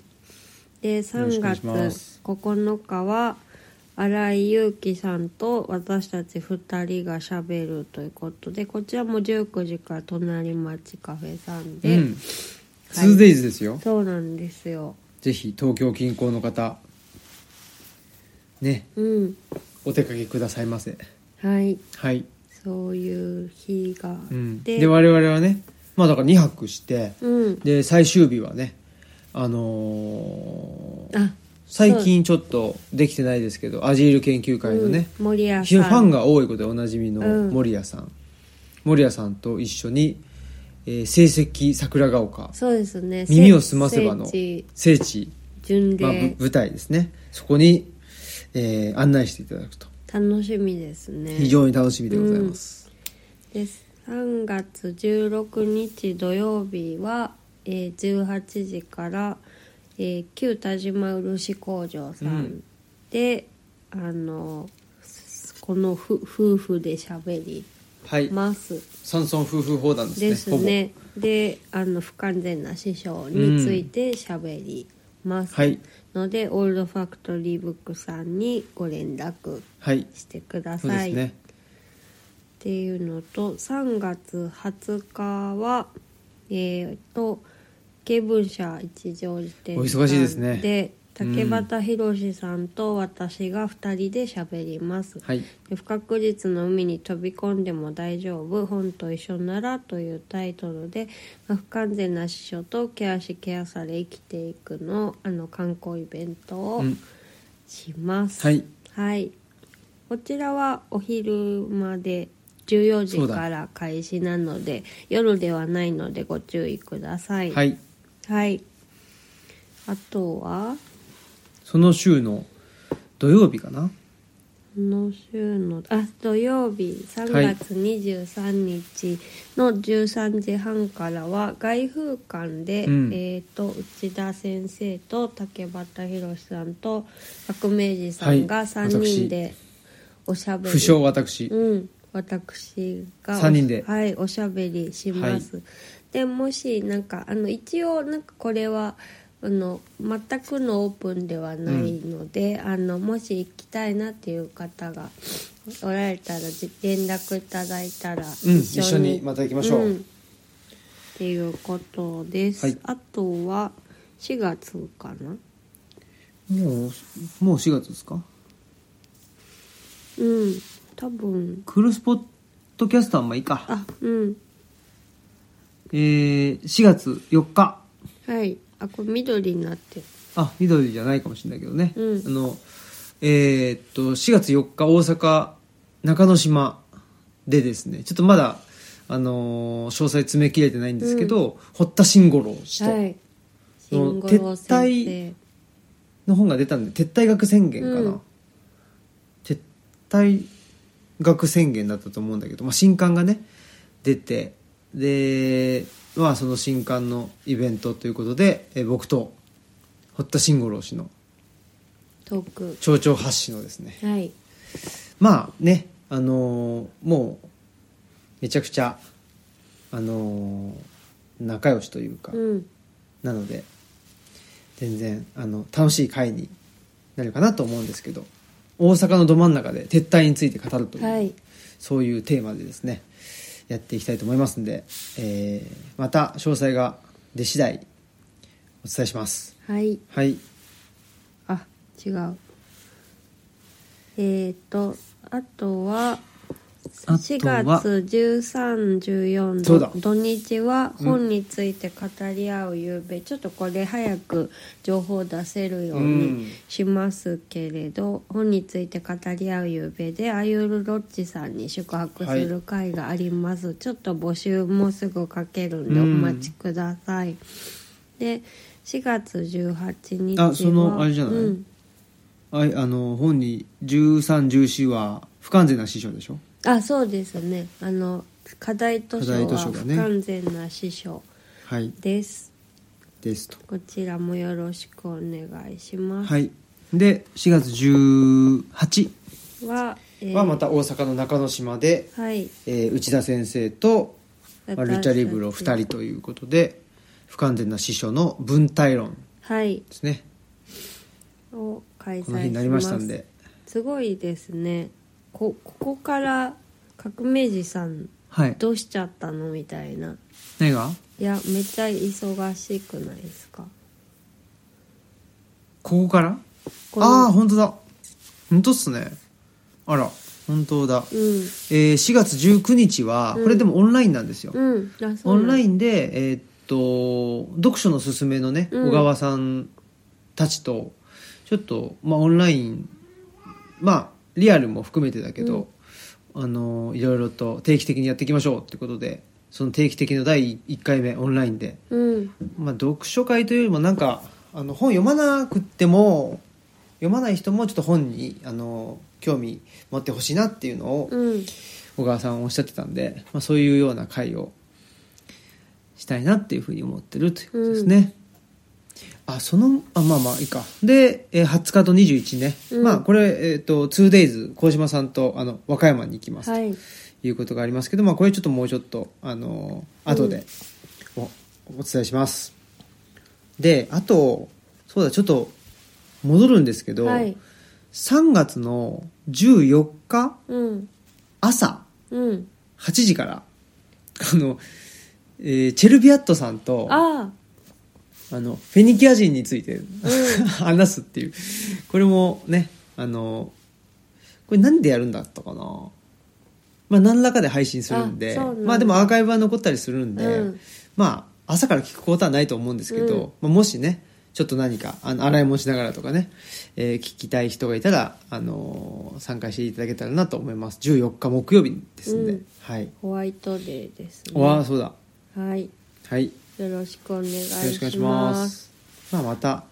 B: で
A: ろしく
B: 3
A: お願いします
B: 月9日は新井祐樹さんと私たち2人がしゃべるということでこちらも19時から隣町カフェさん
A: う
B: で、
A: ん 2days ですよ、
B: そうなんですよ。
A: ぜひ東京近郊の方ね
B: うん。
A: お出かけくださいませ
B: はい。
A: はい
B: そういう日があっ
A: うん、
B: て、
A: で我々はねまあだから2泊して
B: うん
A: で最終日はねあのー
B: あ
A: 最近ちょっとできてないですけどアジール研究会のね、
B: うん、森谷さん
A: 非常にファンが多いことでおなじみの
B: うん
A: 森谷さん、森谷さんと一緒に、えー成績桜ヶ丘
B: そうですね
A: 耳をすませばの
B: 聖地
A: 聖地、
B: 巡
A: まあ、ぶ
B: 礼、
A: 舞台ですねそこに、えー案内していただくと
B: 楽しみですね
A: 非常に楽しみでございます、
B: です3月16日土曜日は、えー18時から、えー旧田島漆工場さ
A: うんん
B: で、あのすこのふ夫婦で喋り
A: はい
B: ます
A: 山村夫婦砲弾ですね
B: ですねであの不完全な師匠について喋ります、
A: ほぼはい
B: のでオールドファクトリーブックさんにご連絡
A: はい
B: してくだ
A: そうで
B: さ
A: す
B: い、
A: ね
B: っていうのと3月20日はえっ、と芸文社一条寺店さん
A: お忙しいですね
B: で
A: うん
B: 竹俣宏さんと私が2人で喋ります、
A: はい
B: で不確実の海に飛び込んでも大丈夫本と一緒ならというタイトルで、まあ不完全な師匠とケアしケアされ生きていくのあの観光イベントを
A: うん
B: します、
A: はい
B: はいこちらはお昼まで14
A: そう
B: 時
A: だ
B: から開始なので夜ではないのでご注意ください
A: はい
B: はいあとは
A: その週の土曜日かな
B: この週のあ土曜日3
A: はい
B: 月23日の13時半からは外風館で、
A: うん
B: えー、と内田先生と竹端宏さんと革命児さん
A: は
B: が
A: い
B: 3人でおしゃべり、
A: 不詳私
B: うん、私が
A: 三人で
B: はい、おしゃべりします、でもしなんかあの一応なんかこれはあの全くのオープンではないので、あのもし行きたいなっていう方がおられたらじ連絡いただいたら
A: うん
B: 一緒に,、
A: 一緒にまた行きましょうん
B: っていうことです、
A: はい
B: あとは4月かな
A: もうもう4月ですか
B: うん多分
A: クールスポットキャスターもいいか、
B: あうん
A: えー、4月4日
B: はいあこれ緑になってる
A: あ緑じゃないかもしれないけどね、
B: うん
A: あのえーっと4月4日大阪中之島でですねちょっとまだあのー詳細詰め切れてないんですけど、堀田慎五郎氏と
B: はい。
A: その
B: 慎吾郎
A: 撤退
B: 先
A: の本が出たんで撤退学宣言かな、
B: うん
A: 撤退学宣言だったと思うんだけど、まあ、新刊がね出てでまあその新刊のイベントということでえー僕と堀田慎五郎氏の
B: 生トーク。
A: 町長発信のですね
B: はい。
A: まあねあのーもうめちゃくちゃあのー仲良しというか、
B: うん。
A: なので全然あの楽しい回になるかなと思うんですけど大阪のど真ん中で撤退について語るという、
B: はい。
A: そういうテーマでですねやっていきたいと思いますんで、えーまた詳細が出次第お伝えします
B: はい。
A: はい
B: あ、違う。えっ、と、あとは、
A: あとは
B: 4月13、
A: そうだ
B: 14土日は本について語り合う夕べ、ちょっとこれ早く情報を出せるよう
A: うん
B: にしますけれど、本について語り合う夕べでアユールロッジさんに宿泊する会があります、ちょっと募集もすぐかけるんでお
A: うん
B: 待ちください、で4月18日は
A: あそのあれじゃない
B: うん
A: あいあの本に1314は不完全な師匠でしょ
B: あそうですねあの課題図書
A: 課題図書
B: は
A: が
B: 不
A: ね
B: 完全な師匠
A: はい
B: です、
A: ですと
B: こちらもよろしくお願いします
A: はいで4月18
B: は,、えー
A: はまた大阪の中之島で、
B: はい
A: えー内田先生とまあ
B: 私たち
A: ルチャリブロ2人ということで不完全な師匠の文体論
B: はい
A: ですね
B: を開
A: この日
B: 催
A: にな
B: し
A: りま
B: ま
A: した
B: す
A: んです
B: ごいですねこここから革命児さん
A: はい
B: どうしちゃったのみたいな
A: 何が
B: いやめっちゃ忙しくないですか
A: ここから
B: この
A: ああ本当だ本当っすねあら本当だ、
B: うん
A: えー4月19日は、
B: うん
A: これでもオンラインなんですよ、
B: うんあそう
A: オンライ
B: ン
A: ンで、えーっと読書のすすめのね、
B: うん
A: 小川さんたちとちょっと、まあ、オンラインまあリアルも含めてだけど、あのいろいろと定期的にやっていきましょうってことでその定期的な第1回目オンラインで、
B: うん
A: まあ、読書会というよりもなんかあの本読まなくっても読まない人もちょっと本にあの興味持ってほしいなっていうのを
B: うん
A: 小川さんおっしゃってたんで、まあ、そういうような会をしたいなっていうふうに思ってるということですね、あそのあまあまあいいかでえー20日と21ね、
B: うん
A: まあこれ、えー、と 2days 鴻島さんとあの和歌山に行きますと
B: はい
A: いうことがありますけど、まあこれちょっともうちょっとあのー後でお,、お伝えしますであとそうだちょっと戻るんですけど、
B: はい
A: 3月の14日
B: うん
A: 朝
B: うん
A: 8時から、あの、えーチェルビアットさんと、あ
B: あ
A: の、フェニキア人について、 話すっていう。これもね、あの、これ何でやるんだったかなまあ、何らかで配信するんで、
B: あそうなんだ
A: まあでもアーカイブは残ったりするんで、
B: うん
A: まあ、朝から聞くことはないと思うんですけど、まあ、もしね、ちょっと何か、あの、洗い物しながらとかね、えー聞きたい人がいたら、あのー参加していただけたらなと思います。14日木曜日ですんで、
B: うん
A: はい。
B: ホワイトデーですね
A: わあそうだ
B: はい
A: はいよ
B: よろしくお願いします
A: ろしくお願いしますまあまた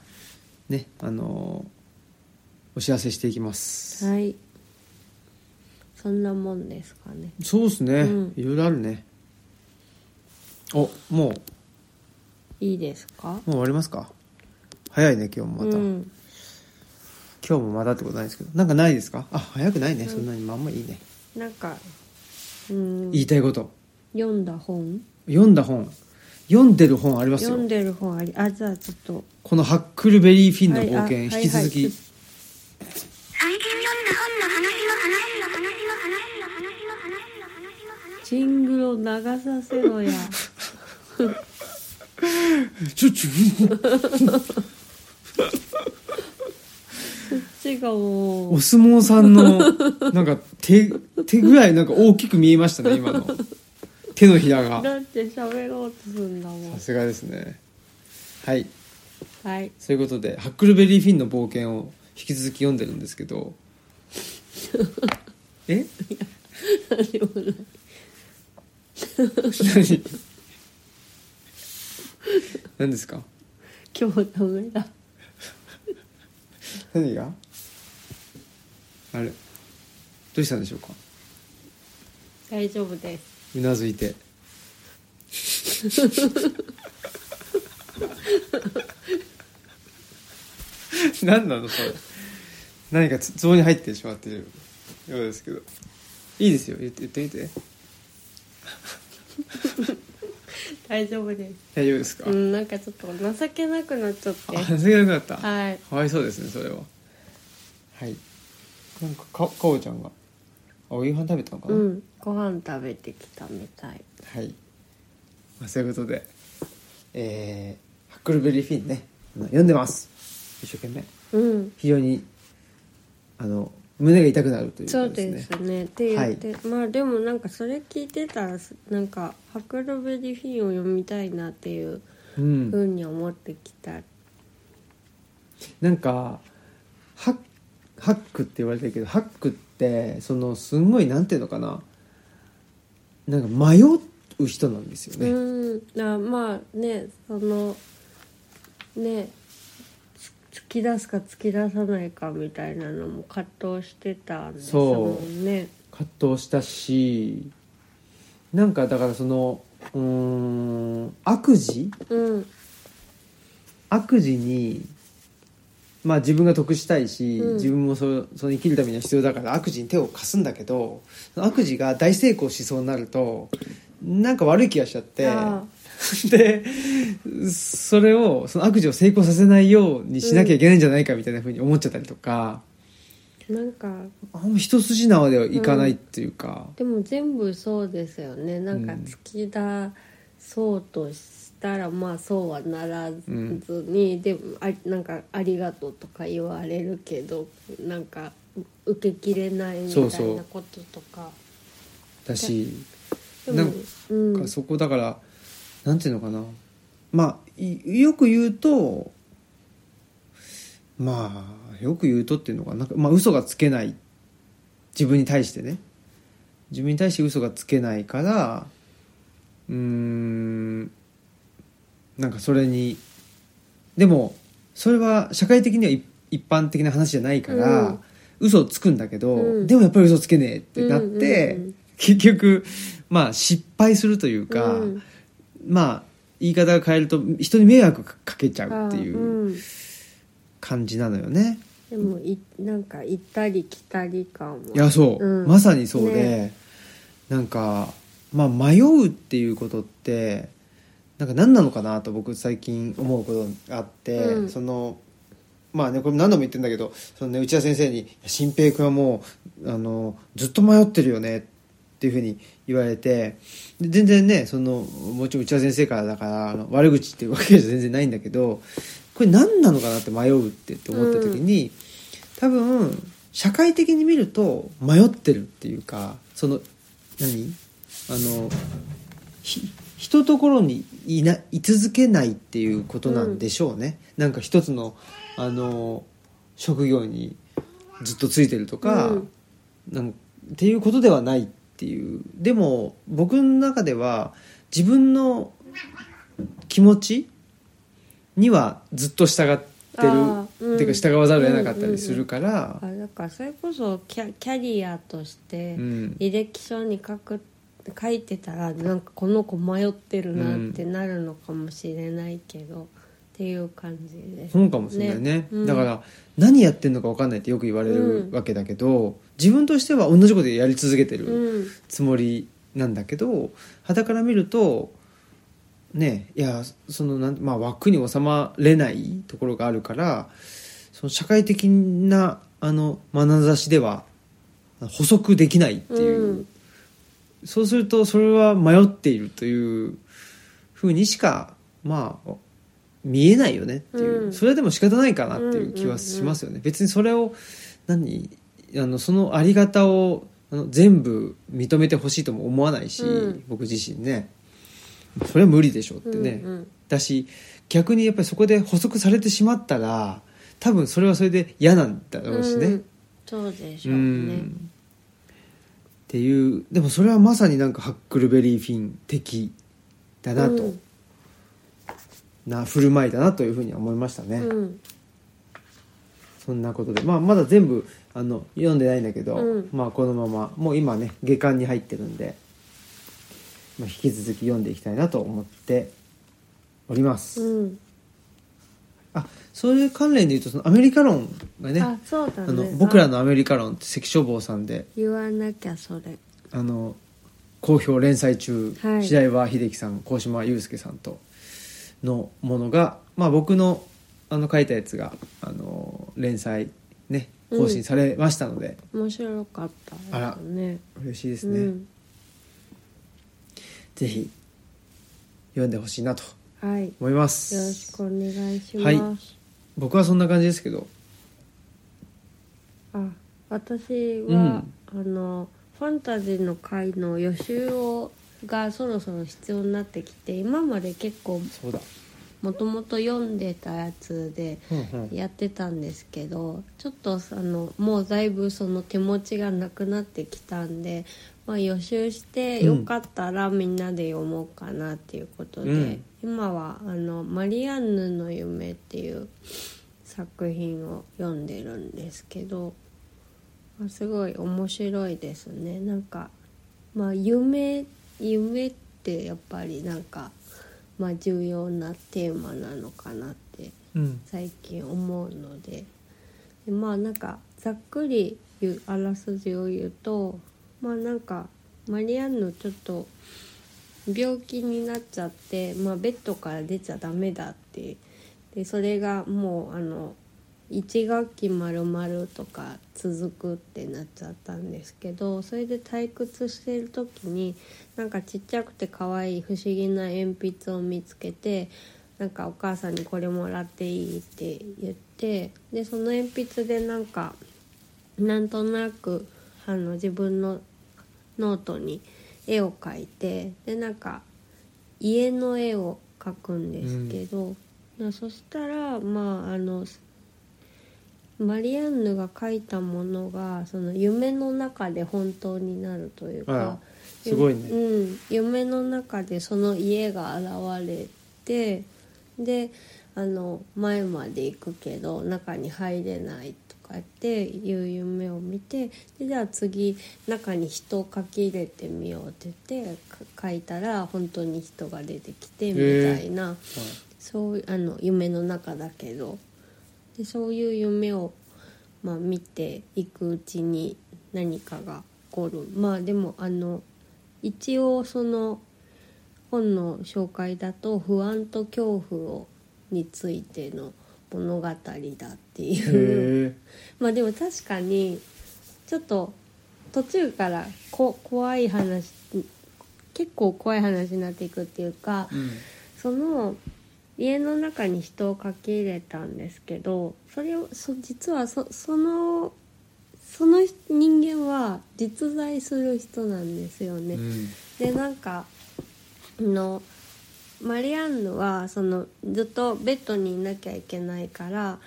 A: ねあのーお知らせしていきます、
B: はいそんなもんですかね
A: そうですね、
B: うん
A: いろいろあるねおもうも
B: いいですか
A: う終わりますか早いね今日もまた、
B: うん
A: 今日もまたってことないですけどなんかないですかあ早くないね、そんなにまああんまいいね
B: なんかうん
A: 言いたいこと
B: 読んだ本
A: 読んだ本読んでる本あります
B: 読
A: よ
B: んでる本ありあじゃあちょっと
A: この「ハックルベリー・フィンの冒険」
B: はいあ
A: 引き続き、
B: はいはい
C: 最近読んだ本の話の話の話の話の話の話の
B: ジングルを
C: 話の話
B: 流さ せろや
A: ちょちょ
B: こっちがもう
A: お相撲さんの、なんか手、手ぐらいなんか大きく見えましたね、今の。手のひらが。
B: だって喋ろうとするんだもん
A: さすがですね。はい。
B: はい
A: そういうことで、ハックルベリーフィンの冒険を引き続き読んでるんですけど。え
B: 何もない
A: 何何ですか
B: 今日ダメだ
A: 何があれどうしたんでしょうか
B: 大丈夫です
A: うなずいて。 何なのそれ何かつ壺に入ってしまっているようですけどいいですよ言って言ってみて
B: 大丈夫です
A: 大丈夫ですか、
B: うんなんかちょっと情けなくなっちゃって
A: あすげなくなった、
B: はい
A: かわいそうですねそれははいなんかかかおちゃんがあお夕飯食べたのかな、
B: うんご飯食べてきたみたい
A: はい、まあ、そういうことで、えーハックルベリーフィンねあの読んでます一生懸命
B: うん
A: 非常にあの胸が痛くなるという
B: そ
A: か
B: う
A: ですね
B: ですねって言って、まあでもなんかそれ聞いてたらなんか「ハクロベリーフィン」を読みたいなっていう
A: う
B: ふ
A: ん、
B: うに思ってきた、
A: なんかハッハックって言われてるけどハックってそのすんごいなんていうのかななんか迷う人なんですよね、
B: うんあまあねそのねつ突き出すか突き出さないかみたいなのも葛藤してたんですもんね
A: 葛藤したしなんかだからそのうーん悪事
B: うん
A: 悪事にまあ自分が得したいし、
B: うん
A: 自分もそその生きるためには必要だから悪事に手を貸すんだけどその悪事が大成功しそうになるとなんか悪い気がしちゃって
B: あ
A: でそれをその悪事を成功させないようにしなきゃいけないんじゃないかみたいなふうに思っちゃったりとか、
B: なんか
A: あんま一筋縄ではいかないっていうか、
B: でも全部そうですよねなんか
A: うん
B: 突き出そうとししたらまあそうはならずに、でもあなんか「ありがとう」とか言われるけどなんか受けきれないみた
A: そうそ
B: いうなこととか
A: だし
B: で
A: な
B: も
A: んか
B: うん
A: そこだからなんていうのかなまあいよく言うとまあよく言うとっていうのかななんか、まあ、嘘がつけない自分に対してね自分に対して嘘がつけないからうーんなんかそれにでもそれは社会的にはい一般的な話じゃないから、
B: うん
A: 嘘をつくんだけど、
B: うん
A: でもやっぱり嘘つけねえってなって、
B: うんうんうん
A: 結局まあ失敗するというか、
B: うん
A: まあ言い方が変えると人に迷惑かけちゃうってい
B: あ
A: う
B: うん
A: 感じなのよね。
B: でもいなんか行ったり来たり感はい
A: やそう、
B: うん
A: まさにそうで、
B: ね
A: なんか、まあ、迷うっていうことってなんか何なのかなと僕最近思うことがあって、
B: うん
A: そのまあねこれも何度も言ってんだけどその、ね、内田先生に「新平君はもうあのずっと迷ってるよね」っていうふうに言われてで全然ねそのもちろん内田先生からだからあの悪口っていうわけじゃ全然ないんだけどこれ何なのかなって迷うってって思った時に、多分社会的に見ると迷ってるっていうかその何あのひ一ところにいない続けないっていうことなんでしょうね、なんか一つのあの職業にずっとついてるとか、
B: うん
A: なんっていうことではないっていうでも僕の中では自分の気持ちにはずっと従ってる、
B: あーうん
A: っていうか従わざるを得なかったりするから、
D: あだからそれこそキャキャリアとして
A: うん
D: 履歴書に書く書いてたらなんかこの子迷ってるなってなるのかもしれないけど、っていう感じです。
A: 本かもしれないね
D: ねうん
A: だから何やってんのか分かんないってよく言われる
D: うん
A: わけだけど、自分としては同じことやり続けて
D: う
A: る
D: ん、
A: つもりなんだけど傍から見るとねいやそのなん、まあ、枠に収まれないところがあるからその社会的なあの眼差しでは補足できないっていう、
B: うん
A: そうするとそれは迷っているというふうにしかまあ見えないよねっていう、
B: うん
A: それでも仕方ないかなっていう気はしますよね、別にそれを何あのそのあり方をあの全部認めてほしいとも思わないし、
B: うん
A: 僕自身ねそれは無理でしょってね、
B: うんうん
A: だし逆にやっぱりそこで補足されてしまったら多分それはそれで嫌なんだろうしね、
B: うん
D: そうでし
A: う
D: ょうね。
A: んっていうでもそれはまさになんかハックルベリーフィン的だなと、
B: うん
A: な振る舞いだなというふうには思いましたね、
B: うん
A: そんなことで、まあ、まだ全部あの読んでないんだけど、
B: うん
A: まあ、このままもう今ね下巻に入ってるんで、まあ、引き続き読んでいきたいなと思っております、
B: うん
A: あそういう関連で言うとそのアメリカ論がね
B: あそうだ
A: あ
B: ね
A: の僕ら
B: あ
A: のアメリカ論って関消防さんで
B: 言わなきゃそれ
A: あの好評連載中、
B: はい
A: 試合は秀樹さん鴻島祐介さんとのものが、まあ、僕のあの書いたやつがあの連載ね更新されましたので、
B: 面白かったです
A: あら
B: ね
A: 嬉しいです
B: う
A: ね、
B: ん
A: ぜひ読んでほしいなと
B: はいよ
A: 思います
B: ろしくお願いし
A: はい
B: ます
A: 僕はそんな感じですけど
B: あ私は、あのファンタジーの回の予習をがそろそろ必要になってきて今まで結構
A: そうだ、
B: もともと読んでたやつで
A: うんうん
B: やってたんですけどちょっとあのもうだいぶその手持ちがなくなってきたんで、まあ、予習してよかったらみんなで読もうかなっていうことで、
A: うん
B: 今はあの「マリアンヌの夢」っていう作品を読んでるんですけど、まあすごい面白いですねなんか、まあ、夢夢ってやっぱりなんか、まあ、重要なテーマなのかなって
A: うん
B: 最近思うのででまあなんかざっくり言うあらすじを言うとまあなんかマリアンヌちょっと病気になっちゃって、まあ、ベッドから出ちゃダメだってでそれがもうあの1学期まるまるとか続くってなっちゃったんですけどそれで退屈してる時になんかちっちゃくて可愛い不思議な鉛筆を見つけてなんかお母さんにこれもらっていいって言ってでその鉛筆でなんかなんとなくあの自分のノートに絵を描いてでなんか家の絵を描くんですけど、まあそしたらまああのマリアンヌが描いたものがその夢の中で本当になるという
E: あ。
B: から
E: すごいね
B: うん、夢の中でその家が現れてであの前まで行くけど中に入れないとかっていう夢を見てでじゃあ次中に人を書き入れてみようって言ってか書いたら本当に人が出てきてみたいな、そうあの夢の中だけどでそういう夢を、まあ、見ていくうちに何かが起こるまあでもあの一応その本の紹介だと不安と恐怖をについての物語だってい
E: へ
B: う
E: え
B: まあでも確かにちょっと途中からこ怖い話結構怖い話になっていくっていうか、
A: うん
B: その家の中に人を書き入れたんですけどそれをそ実はそそのその人間は実在する人なんですよね。
A: うん
B: でなんかあのマリアンヌはそのずっとベッドにいなきゃいけないから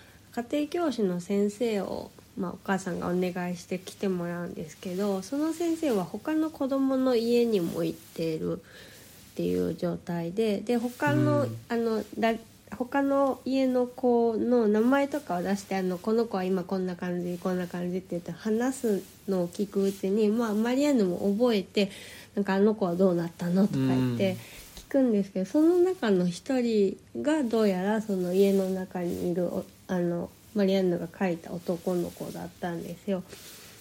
B: 家庭教師の先生を、まあ、お母さんがお願いして来てもらうんですけどその先生は他の子供の家にも行ってるっていう状態でで他の,、
A: うん
B: あのだ他の家の子の名前とかを出してあのこの子は今こんな感じこんな感じって言って話すのを聞くうちに、まあ、マリアンヌも覚えてなんかあの子はどうなったのとか言って。
A: うん
B: 聞くんですけどその中の一人がどうやらその家の中にいるおあのマリアンヌが描いた男の子だったんですよ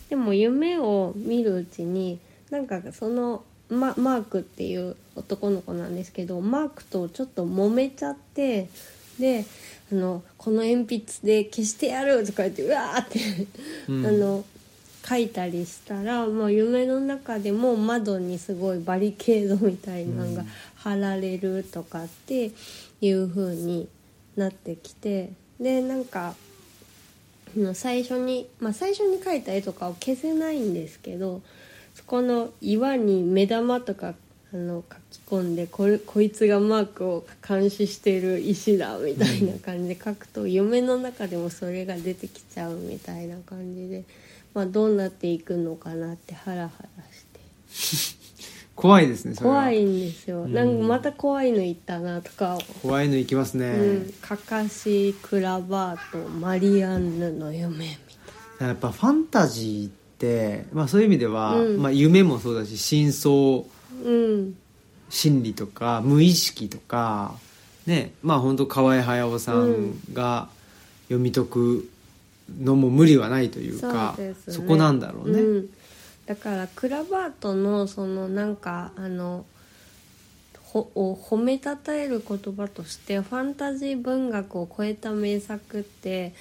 B: でも夢を見るうちになんかそのママークっていう男の子なんですけどマークとちょっと揉めちゃってであの「この鉛筆で消してやる!」とか言ってうわーって、
A: うん
B: あの書いたりしたらもう夢の中でも窓にすごいバリケードみたいなのが貼られるとかっていう風になってきてでなんかあの最初に、まあ、最初に描いた絵とかを消せないんですけどそこの岩に目玉とかあの書き込んでこれこいつがマークを監視してる石だみたいな感じで書くと、夢の中でもそれが出てきちゃうみたいな感じで、まあ、どうなっていくのかなってハラハラして
A: 怖いですねそれは
B: 怖いんですよ、
A: うん
B: なんかまた怖いのいったなとか
A: 怖いのいきますね、
B: うん、カカシクラバーとマリアンヌの夢み
A: やっぱファンタジーって、まあ、そういう意味では、
B: うん
A: まあ、夢もそうだし真相
B: たいなうん
A: 心理とか無意識とかねまあ本当河合駿さんが読み解くのも無理はないというか、
B: そうですね
A: こなんだろうね、
B: うん、だからクラバートのそのなんかあのほを褒めたたえる言葉としてファンタジー文学を超えた名作って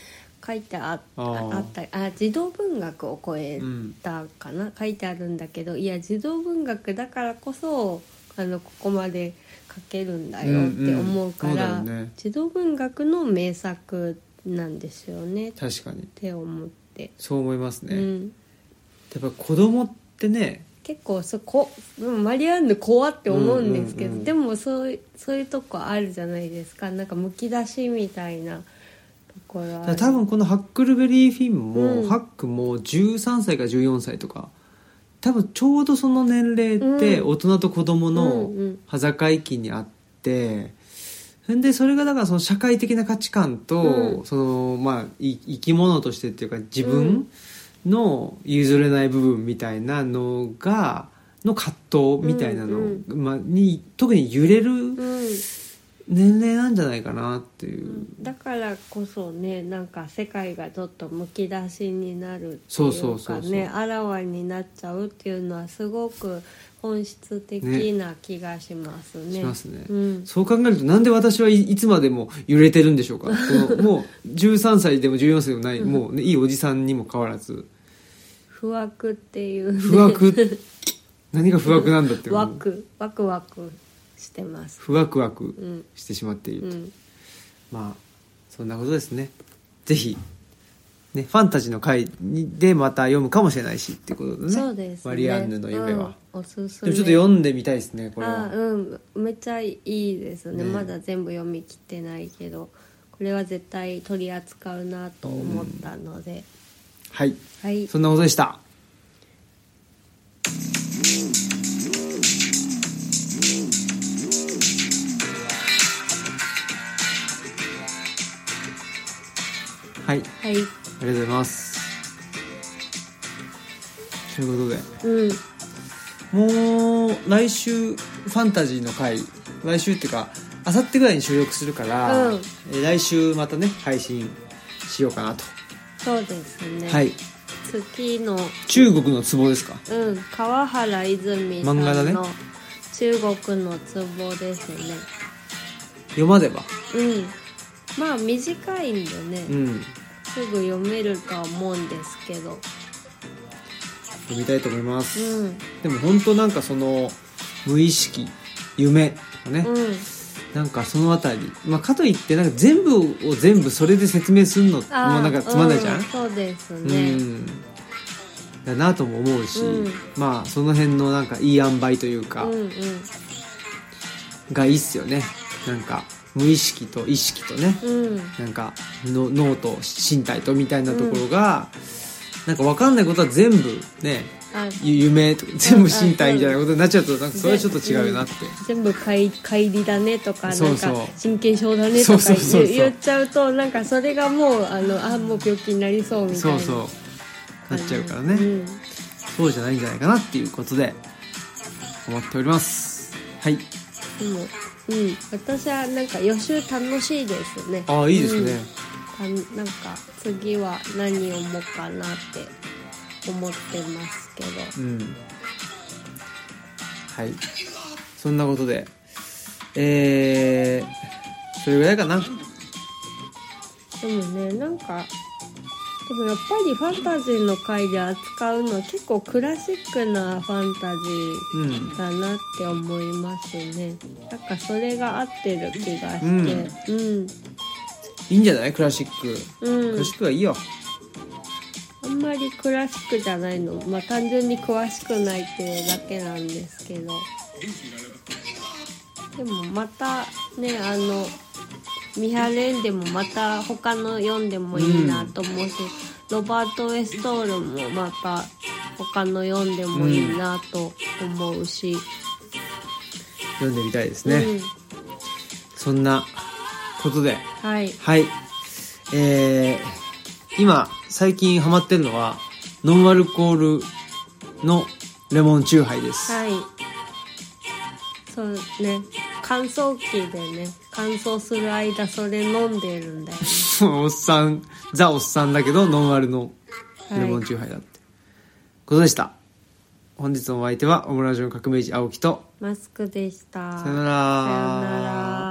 B: 書いてあ
A: あ
B: あ
A: ー
B: あったりあ児童文学を超えたかな、書いてあるんだけどいや児童文学だからこそあのここまで書けるんだよって思うか
A: うん
B: ら、
A: うんそうだよね
B: 児童文学の名作なんですよねっ
A: 確かに
B: て思って。
A: そう思いますね、
B: う
A: や
B: ん
A: っぱ子供ってね
B: 結構そこうんマリアンヌ怖って思うんですけど、
A: うんうんうん
B: でもそういうそういうとこあるじゃないですかなんかむき出しみたいなところある
A: 多分このハックルベリーフィンも、
B: うん
A: ハックも13歳か14歳とか多分ちょうどその年齢って
B: うん
A: 大人と子供
B: う
A: の
B: んうん
A: 端境期にあって、んでそれがだからその社会的な価値観と、
B: うん
A: そのまあい生き物としてっていうか自分の譲れない部分みたいなのがの葛藤みたいなの、
B: うん
A: まあ、に特に揺れる
B: うん
A: 年齢なんじゃないかなっていう、
B: だからこそねなんか世界がちょっとむき出しになるって
A: そ
B: いうう
A: そうそ
B: か
A: うそう
B: ねあらわになっちゃうっていうのはすごく本質的な気がしますね。
A: しますね、
B: うん
A: そう考えるとなんで私はい、いつまでも揺れてるんでしょう かこのもう13歳でも14歳でもない、もう、ね、いいおじさんにも変わらず
B: 不惑っていう、ね、
A: 不 惑何が不惑なんだって思
B: ワ
A: う
B: クワクワクしてます。
A: 不ワクワク
B: うん
A: してしまっている
B: う
A: と、
B: ん、
A: まあそんなことですねぜひねファンタジーの回にでまた読むかもしれないしっていうことでね
B: そうです、ね。
A: マリアンヌの夢は、
B: うんおすす
A: でもちょ
B: め。
A: っと読んでみたいですねこれ
B: あ
A: は、
B: うんめっちゃいいです
A: ね
B: ねまだ全部読み切ってないけどこれは絶対取り扱うなと思ったので、
A: はい
B: はい
A: そんなことでしたはい
B: はい
A: ありがとうございますということで
B: う
A: も
B: ん
A: う来週ファンタジーの回来週っていうかあさってぐらいに収録するから、
B: うん
A: えー来週またね配信しようかなと、
B: そうですね、
A: はい
B: 次の、
A: 中国の壺ですか
B: うん、川原泉さん
A: 漫画だね
B: の中国のツボですね
A: 読まねば
B: うんまあ短いんでね、
A: うん
B: すぐ読めるとは思うんですけど
A: 読みたいと思います、
B: うん
A: でも本当なんかその無意識夢とかね、
B: うん
A: なんかそのあたり、まあ、かといってなんか全部を全部それで説明するのもう
B: ー
A: なんかつまんないじゃん、
B: う
A: うん
B: そうですね、
A: だなとも思うし、
B: うん
A: まあその辺のなんかいい塩梅というか、
B: うんうん
A: がいいっすよねなんか無意識と意識とね、
B: うん
A: なんかの脳と身体とみたいなところが、なんか分かんないことは全部ね
B: あ
A: ゆ夢とか全部身体みたいなことになっちゃうとなんかそれはちょっと違うよなって、
B: 全部乖離だねとか
A: そうそう
B: なんか神経症だねとか
A: そ
B: 言
A: うそうそうそう
B: 言っちゃうとなんかそれがもうあのあもう病気になりそうみたい
A: そ
B: な
A: うそうなっちゃうからね、
B: うん
A: そうじゃないんじゃないかなっていうことで思っておりますはい
B: でもうん私はなんか予習楽しいですね
A: ああいいですね、
B: うんたなんか次は何を読もうかなって思ってますけど
A: うんはいそんなことでえー、それぐらいかな
B: でもねなんかでもやっぱりファンタジーの回で扱うのは結構クラシックなファンタジー
A: うん
B: だなって思いますねなんかそれが合ってる気がしてうん
A: いいんじゃないクラシック
B: うん、
A: クラシックはいいよ
B: あんまりクラシックじゃないのまあ単純に詳しくないっていうだけなんですけどでもまたねあの見張れんでもまた他の読んでもいいなと思うし、ロバート・ウェストールもまた他の読んでもいいなと思うし、
A: 読んでみたいです
B: うん
A: ね、そんなことで
B: はい
A: はい。えー、今、最近ハマってるのは、ノンアルコールのレモンチューハイです。
B: はい。そうね。乾燥機でね、乾燥する間それ飲んでるんだよ。
A: おっさん、ザおっさんだけど、ノンアルのレモンチューハイだって。ことでした。本日のお相手は、オムラジオの革命児青木と、
B: マスクでした。
A: さよなら
B: さよなら。